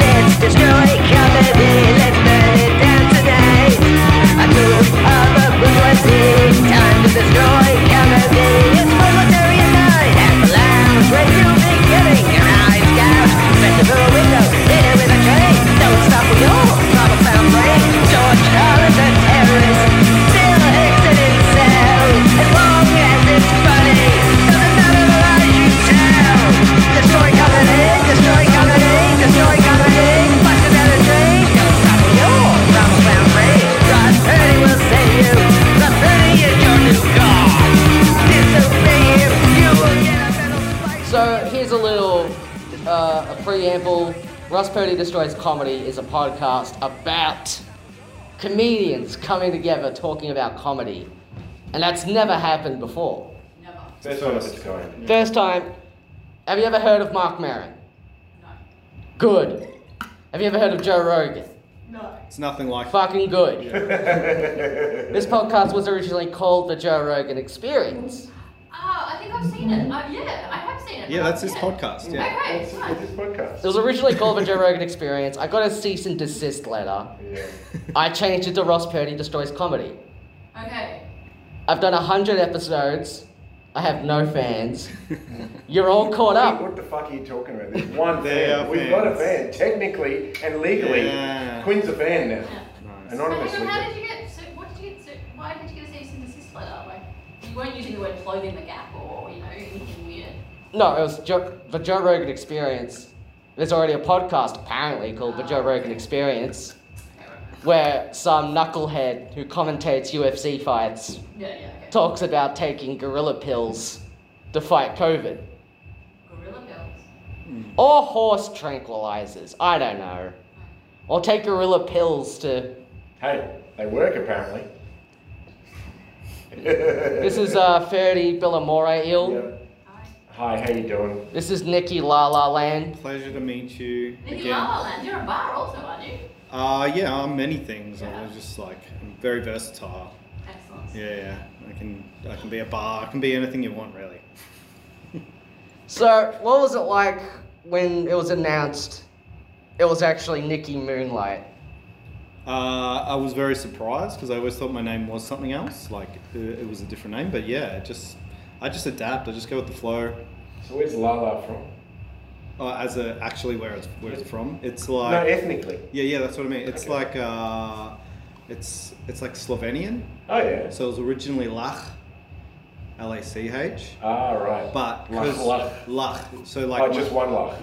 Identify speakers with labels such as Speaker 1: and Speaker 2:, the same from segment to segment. Speaker 1: Destroy comedy, let's burn it down tonight. A tool of a bourgeoisie, time to destroy comedy. It's Proletariat Night at the lounge where you'll be getting your eyes gouged. Festival window, dinner with a train. Don't stop with your problem found brain. George Carlin's a terrorist, still exit in cell. As long as it's funny, doesn't matter the lies you tell. Destroy comedy, destroy comedy, destroy comedy. Bust another train, don't stop with your problem found brain. Rod Purdy will save you. Rod Purdy is your new god. Disobey him, you will get a metal spike.
Speaker 2: So here's a little uh, a preamble. Russ Purdy Destroys Comedy is a podcast about comedians coming together talking about comedy. And that's never happened before.
Speaker 3: First one of its kind.
Speaker 2: First time, have you ever heard of Mark Maron? No. Good. Have you ever heard of Joe Rogan?
Speaker 4: It's nothing like
Speaker 2: Fucking good. this podcast was originally called the Joe Rogan Experience.
Speaker 5: Oh, I think I've seen it. Uh, yeah, I have seen it.
Speaker 4: Mm-hmm. Yeah, that's his podcast, yeah.
Speaker 5: Okay, it's fine.
Speaker 3: This podcast.
Speaker 2: It was originally called the Joe Rogan Experience. I got a cease and desist letter.
Speaker 3: Yeah.
Speaker 2: I changed it to Ross Purdy Destroys Comedy.
Speaker 5: Okay.
Speaker 2: I've done 100 episodes. I have no fans. You're all caught up.
Speaker 3: What the fuck are you talking about? There's one
Speaker 4: They
Speaker 3: fan.
Speaker 4: are
Speaker 3: We've got a fan,
Speaker 4: fans.
Speaker 3: technically and legally.
Speaker 4: Yeah.
Speaker 3: Quinn's a fan now.
Speaker 5: But hang on,
Speaker 3: Anonymously.
Speaker 5: how did you get? So, what did you get? So, why did you get a cease and desist letter? Like, you weren't using the word plug in the gap or you know anything weird.
Speaker 2: No, it was Joe, the Joe Rogan Experience. There's already a podcast, apparently, called the Joe Rogan Experience,
Speaker 5: Okay, right.
Speaker 2: where some knucklehead who commentates UFC fights
Speaker 5: Yeah, yeah, okay.
Speaker 2: talks about taking gorilla pills to fight COVID.
Speaker 5: Gorilla Girls.
Speaker 2: Or horse tranquilizers. I don't know. Or take gorilla pills to.
Speaker 3: Hey, they work apparently.
Speaker 2: This is uh, Ferdy Billamore ill.
Speaker 3: Yeah.
Speaker 5: Hi.
Speaker 3: Hi, how you doing?
Speaker 2: This is Nikki La La Land.
Speaker 4: Pleasure to meet you
Speaker 5: Nikki La
Speaker 4: again.
Speaker 5: La Land. You're a bar also, aren't you?
Speaker 4: Uh, yeah, I'm many things. I'm just like I'm very versatile.
Speaker 5: Excellent.
Speaker 4: Yeah, yeah. I can I can be a bar. I can be anything you want, really.
Speaker 2: So, what was it like when it was announced it was actually Nikki Moonlight?
Speaker 4: Uh, I was very surprised because I always thought my name was something else, like uh, it was a different name. But yeah, it just I just adapt. I just go with the flow.
Speaker 3: So where's Lala from?
Speaker 4: Uh, as a, actually, where it's where it's from, it's
Speaker 3: no,
Speaker 4: like
Speaker 3: ethnically.
Speaker 4: yeah, yeah. That's what I mean. It's
Speaker 3: Okay.
Speaker 4: like uh, it's it's like Slovenian.
Speaker 3: Oh yeah.
Speaker 4: So it was originally Lach, L A C H.
Speaker 3: Ah right.
Speaker 4: But
Speaker 3: Lach,
Speaker 4: 'cause-
Speaker 3: Lach.
Speaker 4: Lach. So like
Speaker 3: Oh,
Speaker 4: my-
Speaker 3: just one Lach.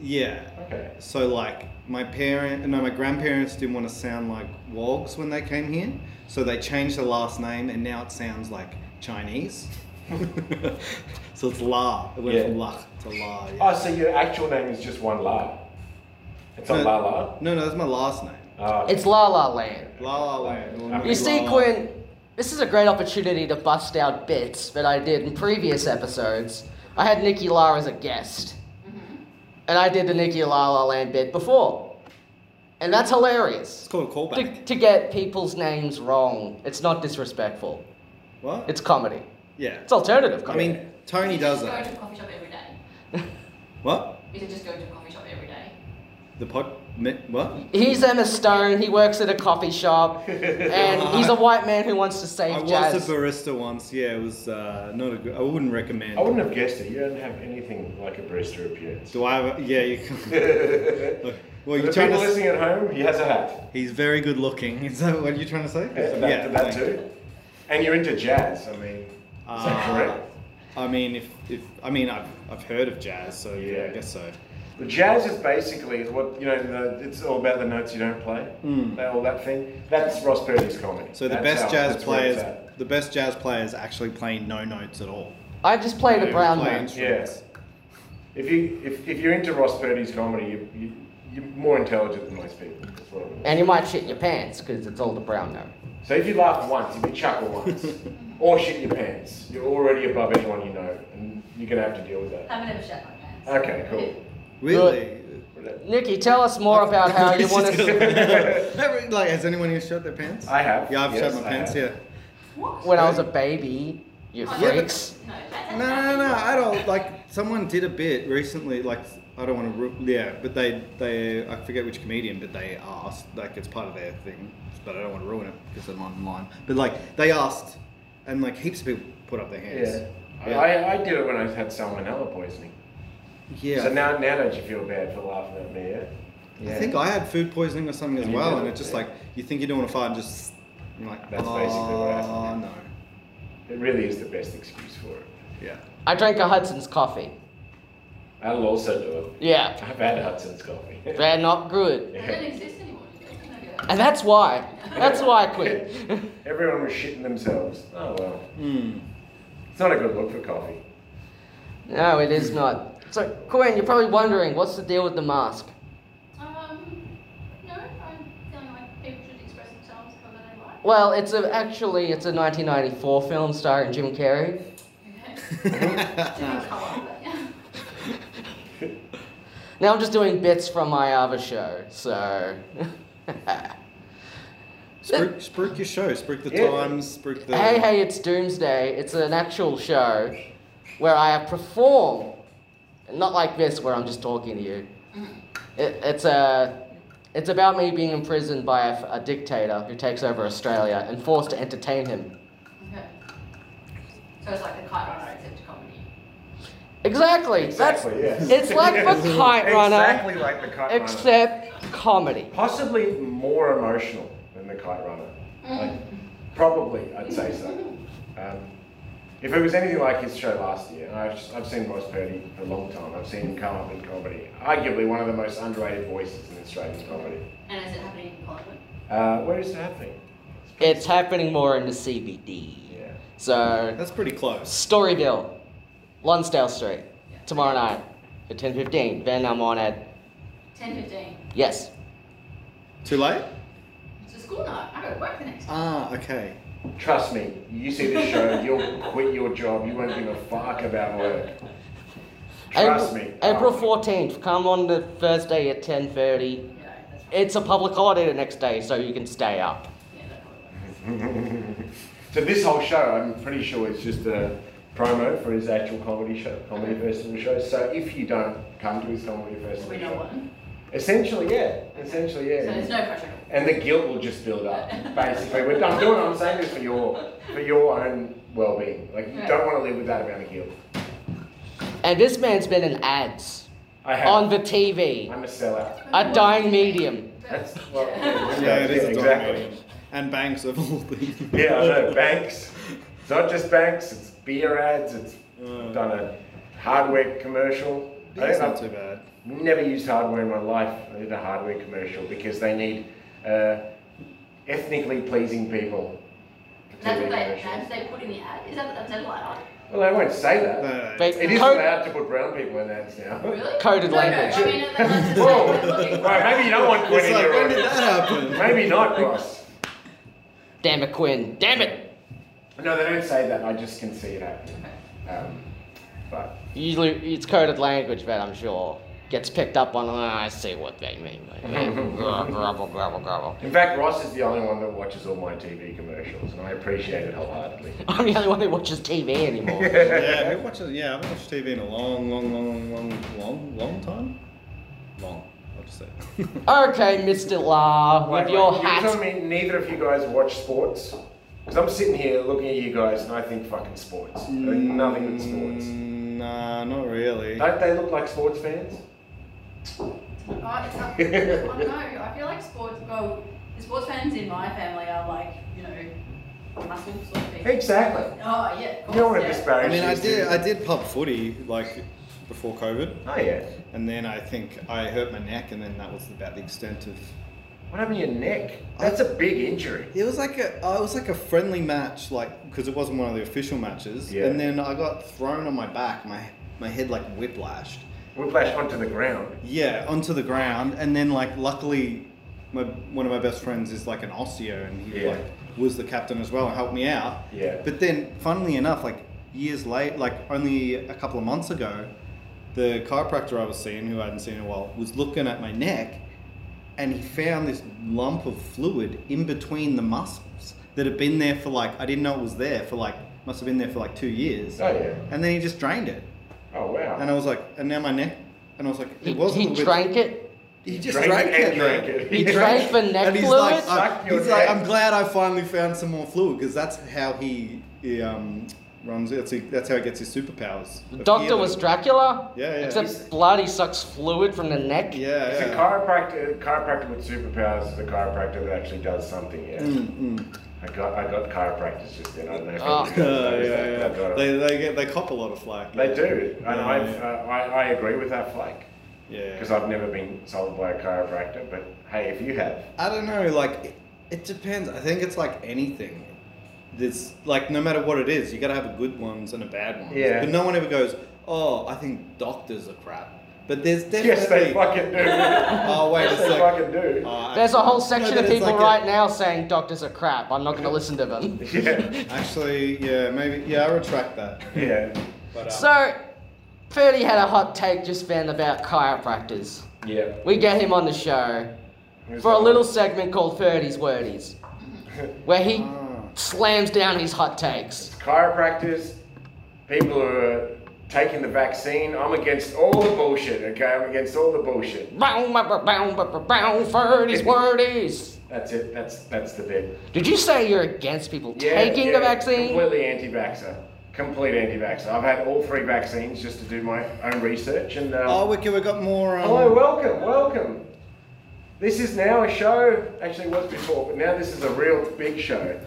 Speaker 4: yeah.
Speaker 3: Okay.
Speaker 4: So like my parent, no, my grandparents didn't want to sound like Wogs when they came here, so they changed the last name, and now it sounds like Chinese. so it's La. It went
Speaker 3: Yeah.
Speaker 4: from Lach to La. Yeah.
Speaker 3: Oh, so your actual name is just one La. It's not
Speaker 4: No,
Speaker 3: Lala.
Speaker 4: No, no, that's my last name.
Speaker 3: Ah,
Speaker 2: It's La La Land.
Speaker 4: La La Land.
Speaker 3: You
Speaker 2: You
Speaker 3: Like
Speaker 2: see,
Speaker 4: La La.
Speaker 2: Quinn, this is a great opportunity to bust out bits that I did in previous episodes. I had Nikki La as a guest,
Speaker 4: Mm-hmm.
Speaker 2: and I did the Nikki La La Land bit before. And that's hilarious.
Speaker 4: It's called a
Speaker 2: To,
Speaker 4: callback.
Speaker 2: to get people's names wrong, it's not disrespectful.
Speaker 4: What?
Speaker 2: It's comedy.
Speaker 4: yeah.
Speaker 2: It's alternative
Speaker 4: I
Speaker 2: comedy.
Speaker 4: mean, Tony does
Speaker 5: You should go to
Speaker 4: that.
Speaker 5: a coffee shop every day.
Speaker 4: What?
Speaker 5: You should just go to a coffee shop every day.
Speaker 4: The pod? Me, what?
Speaker 2: He's Emma Stone. He works at a coffee shop, and he's a white man who wants to save
Speaker 4: I
Speaker 2: jazz.
Speaker 4: was a barista once. Yeah, it was uh, not a good. I wouldn't recommend.
Speaker 3: I wouldn't have guessed it. You don't have anything like a barista appearance.
Speaker 4: Do I? Have a, yeah, you. Can,
Speaker 3: well,
Speaker 4: well,
Speaker 3: the
Speaker 4: you're
Speaker 3: people
Speaker 4: trying to. s-
Speaker 3: listening at home, he has a hat.
Speaker 4: He's very good looking. Is that what you're trying to say?
Speaker 3: Yeah, that, that
Speaker 4: thank you.
Speaker 3: too. And you're into jazz. I mean, is that
Speaker 4: Uh,
Speaker 3: correct?
Speaker 4: I mean, if, if I mean, I've, I've heard of jazz, so yeah, I
Speaker 3: Yeah.
Speaker 4: guess so.
Speaker 3: The jazz is basically what you know. The, it's all about the notes you don't play. That, all that thing. That's Ross Purdy's comedy.
Speaker 4: Hmm. So the
Speaker 3: That's
Speaker 4: best
Speaker 3: how-
Speaker 4: jazz
Speaker 3: that's where
Speaker 4: players,
Speaker 3: it's at.
Speaker 4: the best jazz players actually play no notes at all.
Speaker 2: I just played a
Speaker 4: They
Speaker 2: brown
Speaker 4: play
Speaker 2: man.
Speaker 4: instruments.
Speaker 3: If you if, if you're into Ross Purdy's comedy, you, you you're more intelligent than most people. That's what I mean.
Speaker 2: And you might shit your pants because it's all the brown note.
Speaker 3: So if you laugh once, if you chuckle once, or shit your pants, you're already above anyone you know, and you're gonna have to deal with that.
Speaker 5: Haven't ever shat my pants.
Speaker 3: Okay, cool.
Speaker 4: Really?
Speaker 2: Nikki, tell us more about how you
Speaker 4: He's
Speaker 2: want
Speaker 4: just
Speaker 2: to.
Speaker 4: gonna- like, has anyone here shut their pants?
Speaker 3: I have.
Speaker 4: yeah, I've
Speaker 3: Yes,
Speaker 4: shut my
Speaker 3: I
Speaker 4: pants.
Speaker 3: have.
Speaker 5: What?
Speaker 2: When I was a baby, you
Speaker 5: Oh,
Speaker 4: yeah,
Speaker 2: freaks.
Speaker 5: No,
Speaker 4: Yeah.
Speaker 5: that's
Speaker 4: No, no, no. I don't like. Someone did a bit recently. Like, I don't want to. Ru- yeah, but they they I forget which comedian, but they asked like it's part of their thing, but I don't want to ruin it because I'm online. But like they asked, and like heaps of people put up their hands.
Speaker 3: Yeah. I,
Speaker 4: Yeah.
Speaker 3: I, I did it when I had salmonella poisoning.
Speaker 4: Yeah,
Speaker 3: So now, now don't you feel bad for laughing at me? Yeah.
Speaker 4: I think I had food poisoning or something as
Speaker 3: You
Speaker 4: well,
Speaker 3: did,
Speaker 4: and it's just
Speaker 3: yeah.
Speaker 4: like you think you don't want to fight, and just you're like
Speaker 3: That's basically what happened, yeah."
Speaker 4: "Oh, no,
Speaker 3: It really is the best excuse for it.
Speaker 4: yeah.
Speaker 2: I drank a Hudson's coffee.
Speaker 3: I'll also do it.
Speaker 2: Yeah,
Speaker 3: I've had Hudson's coffee.
Speaker 2: they're not good.
Speaker 5: They don't exist anymore. do they? Can I get that?
Speaker 2: And that's why. That's why I quit.
Speaker 3: Everyone was shitting themselves. Oh well.
Speaker 4: Mm.
Speaker 3: It's not a good look for coffee.
Speaker 2: No, it is not. So, Corinne, you're probably wondering what's the deal with the mask?
Speaker 5: Um, no, I'm feeling like people should express themselves however they like.
Speaker 2: Well, it's a, actually it's a 1994 film starring Jim Carrey.
Speaker 5: Okay.
Speaker 4: Hmm.
Speaker 5: Different colour, but yeah.
Speaker 2: Now I'm just doing bits from my other show, so.
Speaker 4: Spruik, spruik your show, spruik the
Speaker 3: Yeah.
Speaker 4: times, spruik the.
Speaker 2: hey, hey, it's Doomsday. It's an actual show where I perform. Not like this, where I'm just talking to you. It, it's a. It's about me being imprisoned by a, a dictator who takes over Australia and forced to entertain him.
Speaker 5: Okay. So it's like a kite runner except comedy.
Speaker 2: Exactly.
Speaker 3: Exactly.
Speaker 2: That's,
Speaker 3: yeah.
Speaker 2: It's like the Kite Runner,
Speaker 3: Exactly like the kite runner.
Speaker 2: except comedy.
Speaker 3: Possibly more emotional than the kite runner. Like, probably, I'd say so. Um, if it was anything like his show last year, and I've, I've seen Ross Purdy for a long time, I've seen him come up in comedy. Arguably one of the most underrated voices in Australian comedy.
Speaker 5: And is it happening in Collingwood?
Speaker 3: Uh, where is it happening?
Speaker 2: It's happening more in the CBD.
Speaker 3: Yeah.
Speaker 2: So
Speaker 4: That's pretty close.
Speaker 2: Storyville, Lonsdale Street, tomorrow night at ten fifteen. Then I'm on at
Speaker 5: Ten fifteen.
Speaker 2: yes.
Speaker 4: Too late?
Speaker 5: It's a school night. I got to work the next.
Speaker 4: Ah, okay.
Speaker 3: Trust me, you see this show, you'll quit your job, you won't give a fuck about work. Trust
Speaker 2: April,
Speaker 3: me.
Speaker 2: April
Speaker 3: Oh.
Speaker 2: fourteenth. Come on the Thursday at ten thirty.
Speaker 5: Yeah, that's right.
Speaker 2: It's a public holiday the next day, so you can stay up.
Speaker 5: Yeah, that probably works.
Speaker 3: So this whole show, I'm pretty sure it's just a promo for his actual comedy show, comedy festival show. So if you don't come to his comedy festival
Speaker 5: We
Speaker 3: show,
Speaker 5: know one.
Speaker 3: essentially, yeah, essentially,
Speaker 5: So there's
Speaker 3: yeah.
Speaker 5: no pressure. at all.
Speaker 3: And the guilt will just build up, basically. We're, I'm doing, I'm saying this for your, for your own well-being. Like you
Speaker 5: Right.
Speaker 3: don't want to live with that amount of guilt.
Speaker 2: And this man's been in ads
Speaker 3: I have.
Speaker 2: on the TV,
Speaker 3: I'm a sellout.
Speaker 2: a dying medium.
Speaker 3: That's well,
Speaker 4: Yeah, it is a
Speaker 3: exactly.
Speaker 4: exactly. And banks of all things.
Speaker 3: Yeah, I know. Banks. It's not just banks. It's beer ads. It's
Speaker 4: Mm.
Speaker 3: done a hardware commercial. I
Speaker 4: That's
Speaker 3: think
Speaker 4: not
Speaker 3: I've
Speaker 4: too bad.
Speaker 3: never used hardware in my life. I did a hardware commercial because they need uh, ethnically pleasing people. to
Speaker 5: That's
Speaker 3: do
Speaker 5: what they
Speaker 3: commercials.
Speaker 5: ads they put in the ad. Is that what that's allowed?
Speaker 3: Well, they won't say that.
Speaker 4: Uh,
Speaker 2: They-
Speaker 3: It is
Speaker 2: Code-
Speaker 3: allowed to put brown people in ads now.
Speaker 5: Really?
Speaker 2: Coded
Speaker 5: no,
Speaker 2: language.
Speaker 5: No, I mean, that's like the
Speaker 3: Whoa!
Speaker 5: same way of looking.
Speaker 3: Right, maybe you don't want Gwen
Speaker 4: it's
Speaker 3: in
Speaker 4: like,
Speaker 3: your
Speaker 4: when did
Speaker 3: audience.
Speaker 4: that happen?
Speaker 3: Maybe not, Ross.
Speaker 2: Damn it, Quinn. Damn it.
Speaker 3: No, they don't say that. I just can see it happening. Um, but
Speaker 2: Usually it's coded language, but I'm sure gets picked up on. "Ah, I see what they mean. grumble, grumble, grumble.
Speaker 3: In fact, Ross is the only one that watches all my TV commercials, and I appreciate it wholeheartedly.
Speaker 2: I'm the only one who watches TV anymore.
Speaker 4: yeah, who watches? Yeah, I haven't watched TV in a long, long, long, long, long, long time. Long, I'll just say.
Speaker 2: Okay, Mr. La, with
Speaker 3: Wait,
Speaker 2: your
Speaker 3: wait,
Speaker 2: hat.
Speaker 3: You're telling me neither of you guys watch sports? Because I'm sitting here looking at you guys, and I think fucking sports. I think nothing but sports.
Speaker 4: Mm, Nah, not really.
Speaker 3: Don't they look like sports fans?
Speaker 5: Oh, it's not, I don't know. I feel like sports. Well, the sports fans in my family are like you know, muscle sort of people.
Speaker 3: Exactly.
Speaker 5: Oh yeah. of
Speaker 3: You
Speaker 5: course,
Speaker 3: don't want to
Speaker 5: yeah.
Speaker 4: I
Speaker 3: disparage.
Speaker 4: mean, I
Speaker 3: these
Speaker 4: did,
Speaker 3: two.
Speaker 4: I did pub footy like before COVID,
Speaker 3: Oh yeah.
Speaker 4: and then I think I hurt my neck, and then that was about the extent of.
Speaker 3: What happened to your neck? That's a big injury.
Speaker 4: It was like a, uh, it was like a friendly match, like because it wasn't one of the official matches,
Speaker 3: Yeah.
Speaker 4: and then I got thrown on my back, my my head like whiplashed.
Speaker 3: Whiplash onto the ground.
Speaker 4: Yeah, onto the ground, and then like luckily, my one of my best friends is like an osseo, and he
Speaker 3: Yeah.
Speaker 4: like was the captain as well and helped me out.
Speaker 3: Yeah.
Speaker 4: But then, funnily enough, like years late, like only a couple of months ago, the chiropractor I was seeing, who I hadn't seen in a while, was looking at my neck, and he found this lump of fluid in between the muscles that had been there for like I didn't know it was there for like must have been there for like two years,
Speaker 3: Oh yeah.
Speaker 4: and then he just drained it.
Speaker 3: Oh wow.
Speaker 4: And I was like, and now my neck, And I was like,
Speaker 2: He,
Speaker 4: it wasn't.
Speaker 2: he drank it.
Speaker 4: He just
Speaker 3: Drank
Speaker 4: drank,
Speaker 3: and
Speaker 4: it.
Speaker 3: drank
Speaker 4: man.
Speaker 3: it.
Speaker 2: He drank the neck
Speaker 4: and he's
Speaker 2: fluid.
Speaker 4: like, I'm,
Speaker 3: Suck your
Speaker 4: he's like,
Speaker 3: dick.
Speaker 4: I'm glad I finally found some more fluid because that's how he, he um, runs. it. That's, he, that's how he gets his superpowers.
Speaker 2: The
Speaker 4: of
Speaker 2: doctor
Speaker 4: healing.
Speaker 2: was Dracula.
Speaker 4: Yeah, yeah. He's-
Speaker 2: Except blood, he sucks fluid from the neck.
Speaker 4: Yeah,
Speaker 3: It's a
Speaker 4: yeah.
Speaker 3: chiropractor. Chiropractor with superpowers is a chiropractor that actually does something. Yeah.
Speaker 4: Mm, mm.
Speaker 3: I got I got chiropractors just then. I don't know. If
Speaker 2: Oh.
Speaker 3: you
Speaker 4: Uh,
Speaker 3: noticed
Speaker 4: yeah,
Speaker 3: that,
Speaker 4: yeah.
Speaker 3: I got it.
Speaker 4: They, they get they cop a lot of flack.
Speaker 3: They do, and
Speaker 4: Yeah,
Speaker 3: I've,
Speaker 4: yeah.
Speaker 3: uh, I I agree with that flake
Speaker 4: Yeah.
Speaker 3: because I've never been sold by a chiropractor. But hey, if you have,
Speaker 4: I don't know, like it, it depends. I think it's like anything. There's like no matter what it is, you gotta have a good ones and a bad one.
Speaker 3: Yeah.
Speaker 4: But no one ever goes, Oh, I think doctors are crap. But there's definitely
Speaker 3: yes, they fucking do. yes,
Speaker 4: Oh wait, it's
Speaker 3: they
Speaker 4: like
Speaker 3: fucking do.
Speaker 4: oh,
Speaker 2: There's a whole
Speaker 4: actually-
Speaker 2: section
Speaker 4: no,
Speaker 2: of
Speaker 4: but it's
Speaker 2: people
Speaker 4: like a-
Speaker 2: right now saying doctors are crap. I'm not going to listen to them.
Speaker 3: yeah,
Speaker 4: Actually, yeah, maybe yeah, I retract that.
Speaker 3: yeah,
Speaker 4: But uh,
Speaker 2: So, Ferdy had a hot take just then about chiropractors.
Speaker 3: yeah.
Speaker 2: We get him on the show
Speaker 3: Who's
Speaker 2: for a
Speaker 3: that?
Speaker 2: little segment called 30s Wordies, where he
Speaker 4: Ah.
Speaker 2: slams down his hot takes.
Speaker 3: chiropractors, people who are taking the vaccine. I'm against all the bullshit. Okay, I'm against all the bullshit.
Speaker 2: Bow, bow, bow, bow, bow, bow, bow, 30s Wordies.
Speaker 3: That's it. That's that's the bit.
Speaker 2: Did you say you're against people
Speaker 3: Yeah,
Speaker 2: taking
Speaker 3: yeah,
Speaker 2: the vaccine?
Speaker 3: Completely anti-vaxxer. Complete anti-vaxxer. I've had all three vaccines just to do my own research and. Um,
Speaker 4: Oh Wiki, we got more um,
Speaker 3: Hello, welcome, welcome. This is now a show. Actually, it was before, but now this is a real big show.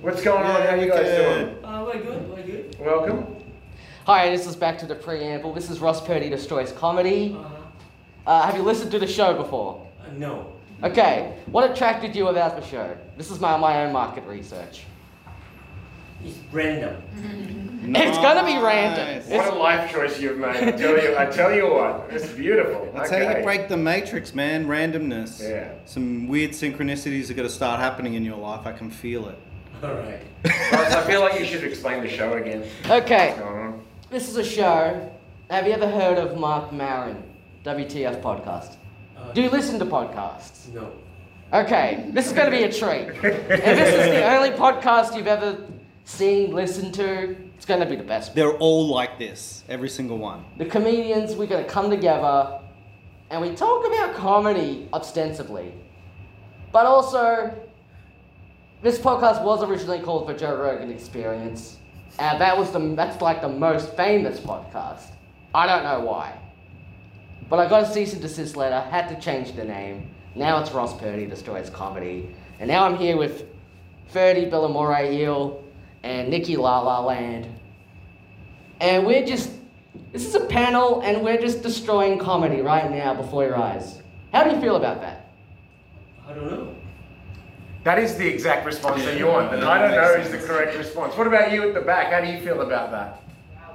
Speaker 3: What's going on? How you guys doing?
Speaker 5: Uh, we're good, we're good.
Speaker 3: Welcome.
Speaker 2: Hi, this is back to the preamble. This is Ross Purdy Destroys Comedy.
Speaker 3: Uh-huh.
Speaker 2: Uh, have you listened to the show before?
Speaker 6: Uh, no.
Speaker 2: Okay, what attracted you about the show? This is my, my own market research.
Speaker 6: It's random.
Speaker 2: It's gonna be random.
Speaker 4: Nice.
Speaker 3: What a life choice you've made. I tell you, I tell you what, it's beautiful.
Speaker 4: That's
Speaker 3: okay.
Speaker 4: how you break the matrix, man. Randomness.
Speaker 3: Yeah.
Speaker 4: Some weird synchronicities are going to start happening in your life. I can feel it.
Speaker 5: Mm.
Speaker 6: Alright.
Speaker 3: Ross, I feel like you should explain the show again.
Speaker 2: Okay,
Speaker 3: What's going on?
Speaker 2: this is a show. Have you ever heard of Mark Maron, WTF podcast?
Speaker 6: Uh,
Speaker 2: Do you listen to podcasts?
Speaker 6: No.
Speaker 2: Okay, this is going to be a treat. If this is the only podcast you've ever seen, listened to, it's going to be the best.
Speaker 4: They're all like this, every single one.
Speaker 2: The comedians, we're going to come together and we talk about comedy ostensibly. But also, this podcast was originally called The Joe Rogan Experience. And that was the, that's like the most famous podcast. I don't know why. But I got a cease and desist letter, had to change the name. Now it's Ross Purdy Destroys Comedy. And now I'm here with Ferdy Billamore Hill and Nikki La La Land. And we're just, this is a panel and we're just destroying comedy right now before your eyes. How do you feel about that?
Speaker 6: I don't know.
Speaker 3: That is the exact response that you want, and I don't know is the correct response. What about you at the back? How do you feel about that?
Speaker 5: Uh,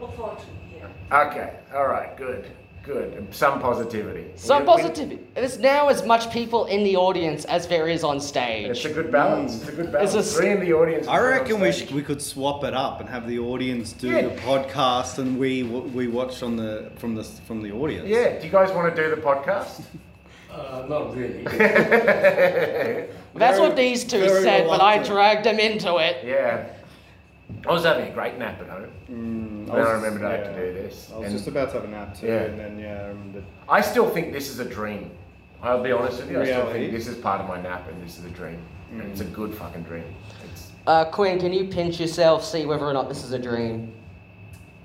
Speaker 5: look forward to it, yeah.
Speaker 3: Okay, all right, good, good. Some positivity.
Speaker 2: Some
Speaker 3: We- we-
Speaker 2: positivity. There's now as much people in the audience as there is on
Speaker 3: It's
Speaker 2: stage.
Speaker 3: a good balance. It's a good balance.
Speaker 2: It's a-
Speaker 3: Three in the audience.
Speaker 4: I
Speaker 3: and one on
Speaker 4: reckon we,
Speaker 3: stage.
Speaker 4: should, we could swap it up and have the audience do
Speaker 3: Yeah.
Speaker 4: the podcast and we we watch on the from the from the audience.
Speaker 3: Yeah. Do you guys want to do the podcast?
Speaker 6: Uh, not really.
Speaker 2: That's
Speaker 4: Very-
Speaker 2: what these two
Speaker 4: very
Speaker 2: said, but I
Speaker 4: reluctant.
Speaker 2: dragged them into it.
Speaker 3: yeah. I was having a great nap at home.
Speaker 4: Mm,
Speaker 3: Then I remembered I had to do this,
Speaker 4: I was
Speaker 3: and-
Speaker 4: just about to have a nap too,
Speaker 3: Yeah.
Speaker 4: and then yeah, I remembered.
Speaker 3: I still think this is a dream. I'll be honest with you. I still
Speaker 4: Reality.
Speaker 3: think this is part of my nap, and this is a dream. And
Speaker 4: Mm.
Speaker 3: It's a good fucking dream. It's,
Speaker 2: Uh, Quinn, can you pinch yourself, see whether or not this is a dream?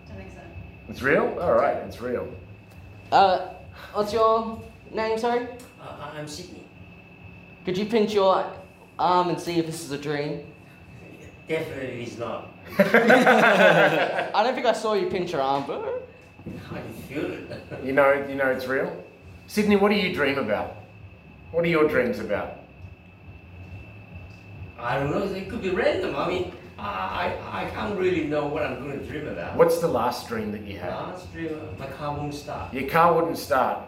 Speaker 5: I think so.
Speaker 3: it's real. All right, it's real.
Speaker 2: Uh, what's your name, sorry?
Speaker 6: Uh, I- I'm Sydney.
Speaker 2: Could you pinch your arm and see if this is a dream?
Speaker 6: Definitely is not.
Speaker 2: I don't think I saw you pinch your arm, but.
Speaker 6: I can feel it.
Speaker 3: You know, you know, it's real. Sydney, what do you dream about? What are your dreams about?
Speaker 6: I don't know. It could be random. I mean, I I, I can't really know what I'm going to dream about.
Speaker 3: What's the last dream that you had?
Speaker 6: Last dream, my car won't start.
Speaker 3: Your car wouldn't start.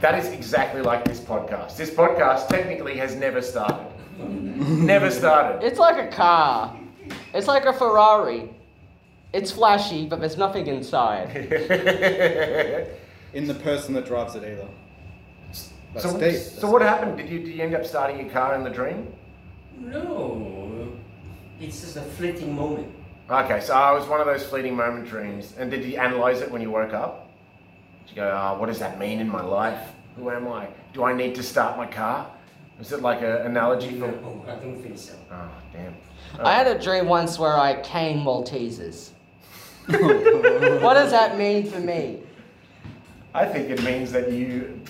Speaker 3: That is exactly like this podcast. This podcast technically has never started. never started.
Speaker 2: It's like a car. It's like a Ferrari. It's flashy, but there's nothing inside.
Speaker 4: In the person that drives it either. That's
Speaker 3: so,
Speaker 4: deep.
Speaker 3: so what happened? Did you did you end up starting your car in the dream?
Speaker 6: No, it's just a fleeting moment.
Speaker 3: Okay, so I was one of those fleeting moment dreams. And did you analyze it when you woke up? You go, ah, what does that mean in my life? Who am I? Do I need to start my car? Is it like an analogy for?
Speaker 6: No, I don't think so.
Speaker 3: Oh, damn.
Speaker 2: I had a dream once where I came Maltesers. what does that mean for me?
Speaker 3: I think it means that you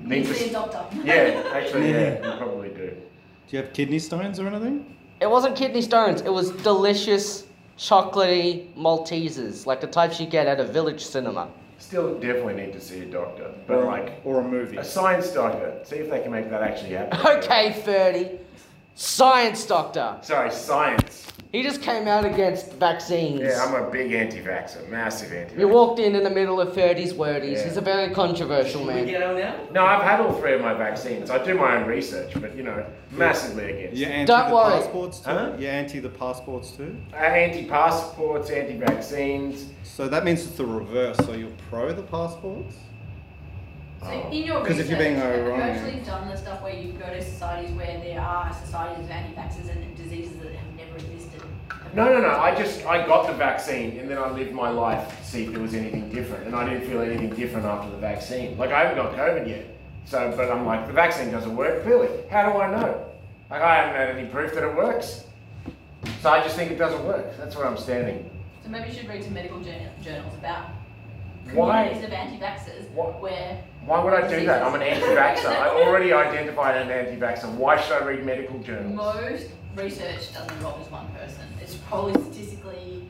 Speaker 3: need
Speaker 5: Usually a
Speaker 3: to.
Speaker 5: doctor.
Speaker 3: Yeah, actually, yeah, you probably do.
Speaker 4: Do you have kidney stones or anything?
Speaker 2: It wasn't kidney stones. It was delicious, chocolatey Maltesers, like the types you get at a village cinema.
Speaker 3: Still, definitely need to see a doctor, but
Speaker 4: or,
Speaker 3: like
Speaker 4: or a movie.
Speaker 3: a science doctor. See if they can make that actually happen.
Speaker 2: Okay, 30. Science doctor.
Speaker 3: Sorry, science.
Speaker 2: He just came out against vaccines.
Speaker 3: Yeah, I'm a big anti-vaxxer, massive anti.
Speaker 2: you walked in in the middle of 30s wordies.
Speaker 3: Yeah.
Speaker 2: He's a very controversial
Speaker 6: Can we
Speaker 2: Oh, man.
Speaker 6: get out now?
Speaker 3: No, I've had all three of my vaccines. I do my own research, but you know, massively against.
Speaker 4: You're anti
Speaker 2: Don't
Speaker 4: the
Speaker 2: worry.
Speaker 4: passports too.
Speaker 3: Huh?
Speaker 4: You're anti the passports too.
Speaker 3: Uh, Anti-passports, anti-vaccines.
Speaker 4: So that means it's the reverse. So you're pro the passports.
Speaker 5: So in your
Speaker 4: 'Cause
Speaker 5: research,
Speaker 4: if you're being
Speaker 5: have you
Speaker 4: ironic.
Speaker 5: actually done the stuff where you go to societies where there are societies of anti-vaxxers and diseases that have never existed?
Speaker 3: No, no, no. I just I got the vaccine and then I lived my life to see if there was anything different, and I didn't feel anything different after the vaccine. Like I haven't got COVID yet, so but I'm like the vaccine doesn't work. Clearly, how do I know? Like I haven't had any proof that it works, so I just think it doesn't work. That's where I'm standing.
Speaker 5: So maybe you should read some medical journal, journals about
Speaker 3: Why?
Speaker 5: communities of anti-vaxxers
Speaker 3: Why-
Speaker 5: where
Speaker 3: Why would I do that? I'm an anti-vaxxer. I already identified as an anti-vaxxer. Why should I read medical journals?
Speaker 5: most research doesn't involve just one person. It's probably statistically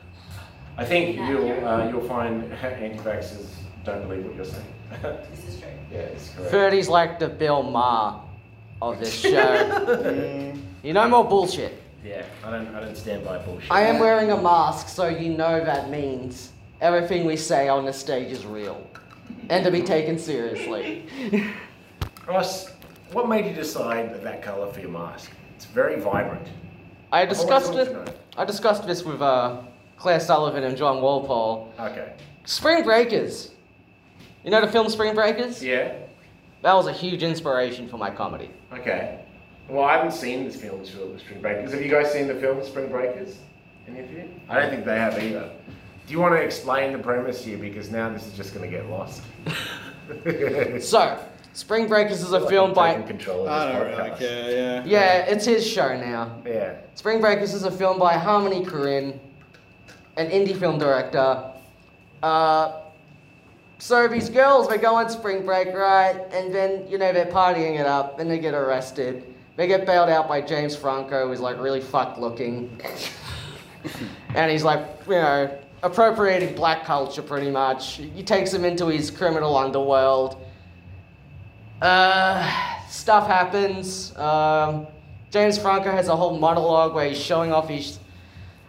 Speaker 3: I think you'll uh, you'll find anti-vaxxers don't believe what you're saying. yeah,
Speaker 5: this is true.
Speaker 3: it's correct.
Speaker 2: 30's like the Bill Maher of this show.
Speaker 4: Mm,
Speaker 2: you know more bullshit.
Speaker 3: Yeah, I don't, I don't stand by bullshit.
Speaker 2: I am wearing a mask, so you know that means everything we say on the stage is real and to be taken seriously.
Speaker 3: Ross, what made you decide that, that colour for your mask? It's very vibrant.
Speaker 2: I
Speaker 3: always
Speaker 2: discussed
Speaker 3: wanted
Speaker 2: it.
Speaker 3: to know.
Speaker 2: I discussed this with uh, Claire Sullivan and John Walpole.
Speaker 3: Okay.
Speaker 2: Spring Breakers. You know the film Spring Breakers?
Speaker 3: Yeah.
Speaker 2: That was a huge inspiration for my comedy.
Speaker 3: Okay. Well, I haven't seen this film, Shul- Spring Breakers. Have you guys seen the film Spring Breakers? Any of you? I don't think they have either. Do you want to explain the premise here? Because now this is just going to get lost.
Speaker 2: So, Spring Breakers is a
Speaker 3: Like
Speaker 2: film
Speaker 3: I'm
Speaker 2: by
Speaker 3: taking control of
Speaker 4: I
Speaker 3: this
Speaker 4: don't really
Speaker 3: podcast.
Speaker 4: care. Yeah.
Speaker 2: yeah, it's his show now.
Speaker 3: Yeah.
Speaker 2: Spring Breakers is a film by Harmony Korine, an indie film director. Uh, so these girls, they go on spring break, right? And then, you know, they're partying it up and they get arrested. They get bailed out by James Franco, who's like really fucked looking. and he's like, you know, appropriating black culture pretty much. He takes them into his criminal underworld. Uh, stuff happens. Um, James Franco has a whole monologue where he's showing off his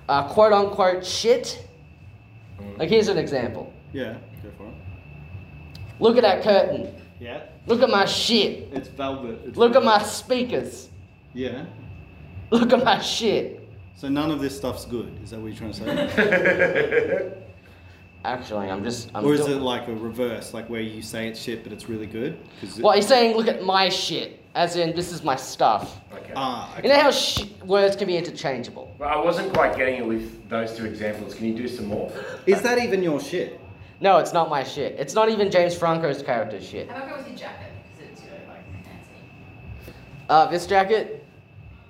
Speaker 2: uh, quote unquote shit. Like, here's an example
Speaker 4: Yeah. Go for it.
Speaker 2: Look at that curtain.
Speaker 4: Yeah.
Speaker 2: Look at my shit.
Speaker 4: It's velvet. It's
Speaker 2: Look at my
Speaker 4: velvet.
Speaker 2: speakers.
Speaker 4: Yeah.
Speaker 2: Look at my shit.
Speaker 4: So none of this stuff's good. Is that what you're trying to say?
Speaker 2: Actually, I'm just. I'm
Speaker 4: or is
Speaker 2: do-
Speaker 4: it like a reverse, like where you say it's shit but it's really good? 'Cause it-
Speaker 2: Well, he's saying, look at my shit. As in, this is my stuff.
Speaker 3: Okay.
Speaker 4: Ah.
Speaker 2: You
Speaker 4: Okay.
Speaker 2: know how sh- words can be interchangeable?
Speaker 3: well, I wasn't quite getting it with those two examples. Can you do some more?
Speaker 4: Is that even your shit?
Speaker 2: No, it's not my shit. It's not even James Franco's character's shit.
Speaker 5: How about go with your jacket because it's you know like fancy.
Speaker 2: Uh, this jacket?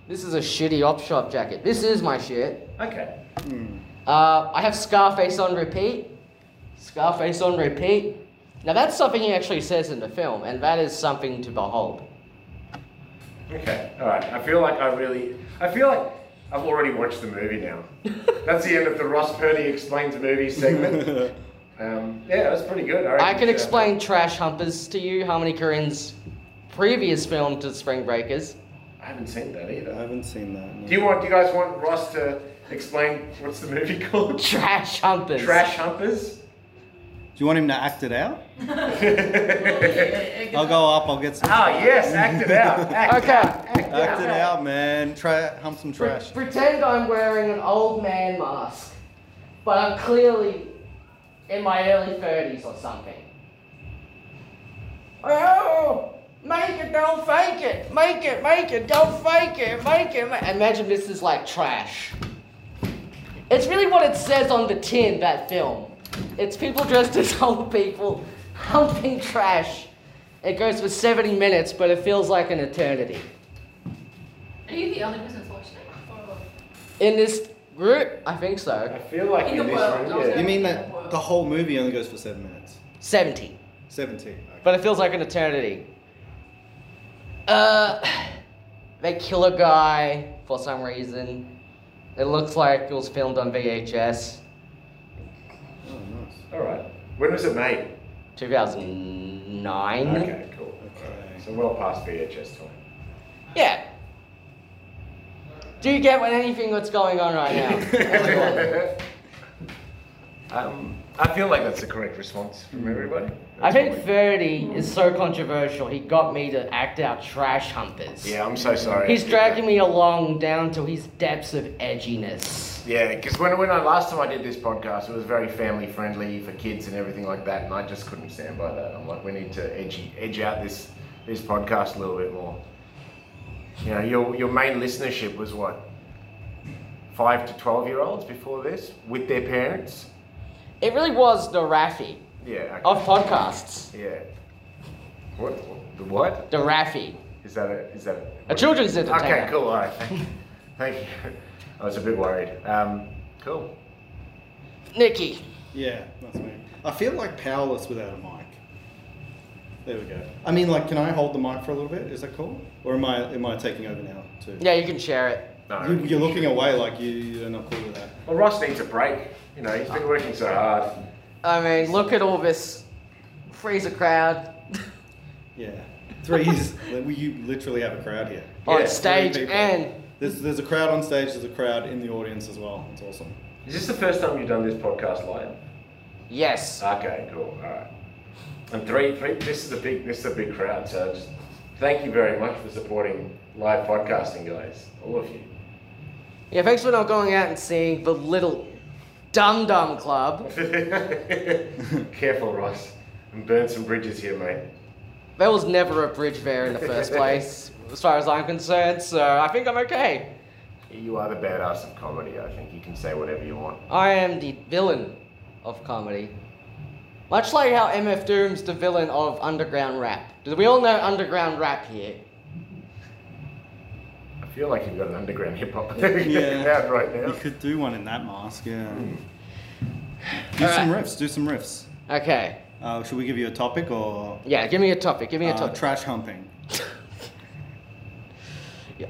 Speaker 2: This is a shitty op shop jacket. This is my shit.
Speaker 3: Okay.
Speaker 2: Uh, I have Scarface on repeat. Scarface on repeat. Now that's something he actually says in the film, and that is something to behold.
Speaker 3: Okay, all right. I feel like I really, I feel like I've already watched the movie now. That's the end of the Ross Purdy explains movies segment. Um, yeah, that's pretty good. reckon
Speaker 2: I can
Speaker 3: it's, uh,
Speaker 2: explain Trash Humpers to you, Harmony Korine's previous film to Spring Breakers.
Speaker 3: I haven't seen that
Speaker 4: I
Speaker 3: either.
Speaker 4: haven't seen that. no.
Speaker 3: Do you want? Do you guys want Ross to explain what's the movie called?
Speaker 2: Trash Humpers.
Speaker 3: Trash Humpers.
Speaker 4: Do you want him to act it out?
Speaker 5: I'll
Speaker 4: I'll go up. I'll get some.
Speaker 2: Oh,
Speaker 3: Ah, yes, act it out. Act it out.
Speaker 2: Okay.
Speaker 4: Act it out, man. Try hump some trash.
Speaker 2: Pretend I'm wearing an old man mask, but I'm clearly in my early 30s or something. Oh, make it, don't fake it, make it, make it, don't fake it, make it. ma- Imagine this is like trash. It's really what it says on the tin, that film. It's people dressed as old people pumping trash. It goes for 70 minutes, but it feels like an eternity.
Speaker 5: Are you the only person that's watched it? Or-
Speaker 2: In this group, I think
Speaker 3: I
Speaker 2: so.
Speaker 3: feel like
Speaker 5: In
Speaker 3: in,
Speaker 5: the
Speaker 3: this
Speaker 5: world, I was
Speaker 3: room,
Speaker 5: gonna-
Speaker 3: yeah.
Speaker 4: You mean that the whole movie only goes for seven minutes?
Speaker 2: 70.
Speaker 4: 17. Okay.
Speaker 2: But it feels like an eternity. Uh, they kill a guy for some reason. It looks like it was filmed on VHS,
Speaker 4: Oh, nice.
Speaker 3: All right. When was it made?
Speaker 2: 2009.
Speaker 3: Okay, cool.
Speaker 4: Okay.
Speaker 3: So well past VHS time.
Speaker 2: Yeah. Do you get what anything that's going on right now?
Speaker 3: um, I feel like that's the correct response from everybody.
Speaker 2: I
Speaker 3: That's
Speaker 2: think
Speaker 3: what
Speaker 2: 30 is so controversial. He got me to act out trash hunters.
Speaker 3: we- yeah, I'm so sorry.
Speaker 2: He's dragging me along down to his depths of edginess.
Speaker 3: Yeah, because when, when I last time I did this podcast, it was very family friendly for kids and everything like that, and I just couldn't stand by that. I'm like, we need to edge edge out this this podcast a little bit more. You know, your your main listenership was what five to twelve year olds before this with their parents.
Speaker 2: It really was the Raffy
Speaker 3: Yeah.
Speaker 2: of podcasts.
Speaker 3: Yeah. What? The what?
Speaker 2: The Raffy.
Speaker 3: Is that a? Is that a?
Speaker 2: A children's
Speaker 3: Okay,
Speaker 2: entertainer.
Speaker 3: cool. All right. Thank you. Thank you. I was a bit worried. Um, cool.
Speaker 2: Nikki.
Speaker 4: Yeah, that's me. I feel like powerless without a mic. There we go. I mean, like, can I hold the mic for a little bit? Is that cool? Or am I am I taking over now too?
Speaker 2: Yeah, you can share it.
Speaker 3: No.
Speaker 4: You, you're looking away like you, you're not cool with that.
Speaker 3: Well, Ross needs a break. You know, he's been working so hard.
Speaker 2: I mean, look at all this freezer crowd
Speaker 4: Yeah. Three years. we, you literally have a crowd here.
Speaker 2: on
Speaker 3: Yeah,
Speaker 2: stage
Speaker 4: Three people.
Speaker 2: and
Speaker 4: There's, there's a crowd on stage, there's a crowd in the audience as well. It's awesome.
Speaker 3: Is this the first time you've done this podcast live?
Speaker 2: yes.
Speaker 3: Okay, cool. All right. And three, three. This is a big, this is a big crowd. So just thank you very much for supporting live podcasting, guys. All of you.
Speaker 2: Yeah, thanks for not going out and seeing the little Dum Dum Club.
Speaker 3: Careful, Ross, and burn some bridges here, mate.
Speaker 2: There was never a bridge there in the first place, as far as I'm concerned, so I think I'm okay.
Speaker 3: You are the badass of comedy. I think you can say whatever you want.
Speaker 2: I am the villain of comedy. Much like how MF Doom's the villain of underground rap. Do we all know underground rap here?
Speaker 3: I feel like you've got an underground hip hop
Speaker 4: Yeah.
Speaker 3: crowd right
Speaker 4: You
Speaker 3: now. Mm.
Speaker 4: could do one in that mask, yeah. Do some riffs, do some riffs.
Speaker 2: Okay.
Speaker 4: Uh, should we give you a topic or
Speaker 2: Yeah, give me a topic. Give me a
Speaker 4: uh,
Speaker 2: topic.
Speaker 4: trash humping?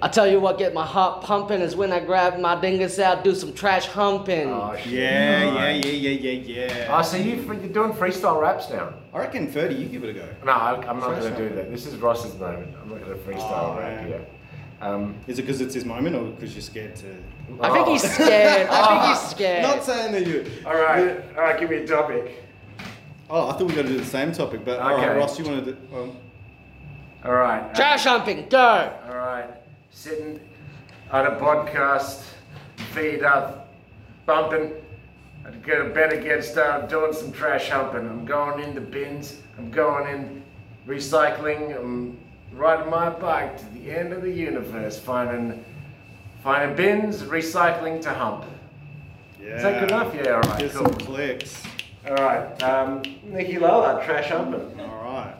Speaker 2: I tell you what, get my heart pumping is when I grab my dingus out, do some trash humping.
Speaker 4: Uh,
Speaker 3: Oh, shit.
Speaker 4: Yeah,
Speaker 3: No.
Speaker 4: yeah, yeah, yeah, yeah, yeah.
Speaker 3: Oh, so you, you're doing freestyle raps now?
Speaker 4: I reckon 30, you give it a go.
Speaker 3: No, I, I'm not going
Speaker 4: Freestyle.
Speaker 3: to do that. This is Ross's moment. I'm not going to freestyle
Speaker 4: Oh,
Speaker 3: rap
Speaker 4: man.
Speaker 3: here. Um,
Speaker 4: Is it because it's his moment or because you're scared to. Ah,
Speaker 2: I think
Speaker 3: oh.
Speaker 2: he's scared. I think he's scared.
Speaker 4: uh, Not saying that you.
Speaker 3: All right, all right. Give me a topic.
Speaker 4: Oh, I thought we were going to do the same topic, but all right,
Speaker 3: Okay.
Speaker 4: Ross, you want to do. Well,
Speaker 3: All right.
Speaker 2: Trash humping, go!
Speaker 4: Uh,
Speaker 3: All right. Sitting on a podcast, feet up, bumping. I'd get a better get started doing some trash humping. I'm going in the bins. I'm going in recycling. I'm riding my bike to the end of the universe, finding finding bins, recycling to hump.
Speaker 4: yeah.
Speaker 3: Is that good enough? Yeah. All right.
Speaker 4: Get
Speaker 3: Cool.
Speaker 4: some clicks.
Speaker 3: All right. Um, Nikki Lola, trash humping.
Speaker 4: All right.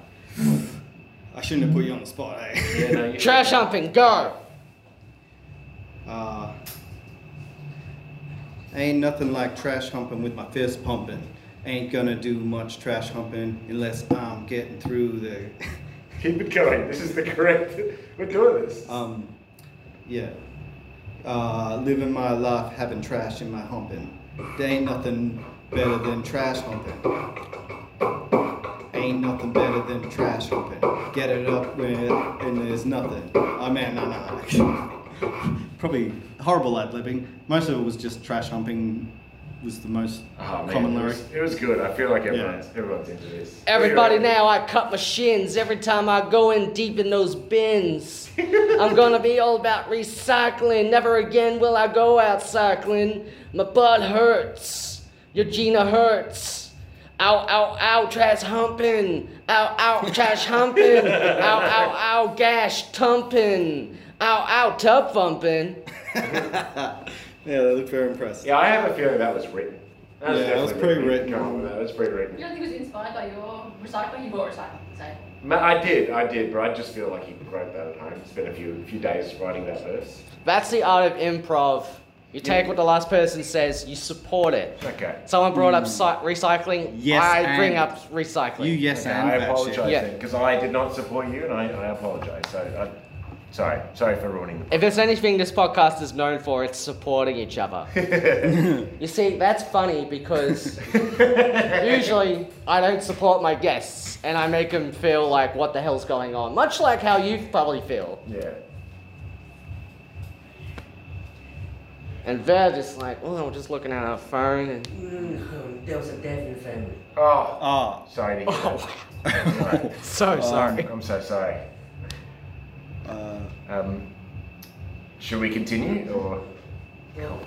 Speaker 4: I shouldn't have put you on the spot, eh?
Speaker 3: Yeah, no, you-
Speaker 2: Trash humping, go!
Speaker 4: Uh, ain't nothing like trash humping with my fist pumping. Ain't gonna do much trash humping unless I'm getting through the.
Speaker 3: Keep it going. This is the correct. We're doing this.
Speaker 4: um, yeah. Uh, living my life having trash in my humping. There ain't nothing better than trash humping. Ain't nothing better than trash humping. Get it up when and there's nothing. Oh man, no, no. Probably horrible ad libbing. Most of it was just trash humping. Was the most
Speaker 3: Oh, man,
Speaker 4: common
Speaker 3: it
Speaker 4: lyric.
Speaker 3: was- It was good. I feel like everyone's,
Speaker 4: Yeah.
Speaker 3: everyone's into this.
Speaker 2: Everybody
Speaker 3: Anyway,
Speaker 2: now, I cut my shins every time I go in deep in those bins. I'm gonna be all about recycling. Never again will I go out cycling. My butt hurts. Eugenia hurts. Ow, ow, ow, trash humping. Ow, ow, trash humping. ow, ow, ow, gash tumping. Ow, ow, tub thumping.
Speaker 4: yeah, they look very impressed.
Speaker 3: Yeah, I have a feeling that was written. That was
Speaker 4: Yeah, that was
Speaker 3: definitely written.
Speaker 4: pretty written.
Speaker 3: Come on with that. That's pretty
Speaker 5: You
Speaker 3: written.
Speaker 5: don't think it was inspired by your recycling? You bought recycling, say.
Speaker 3: Ma- I did, I did, but I just feel like he wrote that at home. Spent a few few days writing that verse.
Speaker 2: That's the art of improv. You take what the last person says, you support it.
Speaker 3: Okay.
Speaker 2: Someone brought up cy- recycling.
Speaker 4: Hmm. Yes,
Speaker 2: I
Speaker 4: and-
Speaker 2: bring up recycling.
Speaker 4: You yes
Speaker 3: Okay,
Speaker 4: and
Speaker 3: I
Speaker 4: that
Speaker 3: apologize
Speaker 4: shit.
Speaker 2: Yeah.
Speaker 3: then, because I did not support you, and I, I apologize. So, I, sorry, sorry for ruining
Speaker 2: If there's anything this podcast is known for, it's supporting each other. you see, that's funny because usually I don't support my guests and I make them feel like what the hell's going on, much like how you probably feel.
Speaker 3: Yeah.
Speaker 2: And they're just like, oh, we're just looking at our phone and.
Speaker 6: Mm, there was a death in the family.
Speaker 3: Oh,
Speaker 4: Ah.
Speaker 3: sorry. to hear that. Right. Um,
Speaker 2: So
Speaker 4: Um,
Speaker 2: sorry.
Speaker 3: I'm so sorry.
Speaker 4: Uh,
Speaker 3: Um, should we continue, or
Speaker 6: No.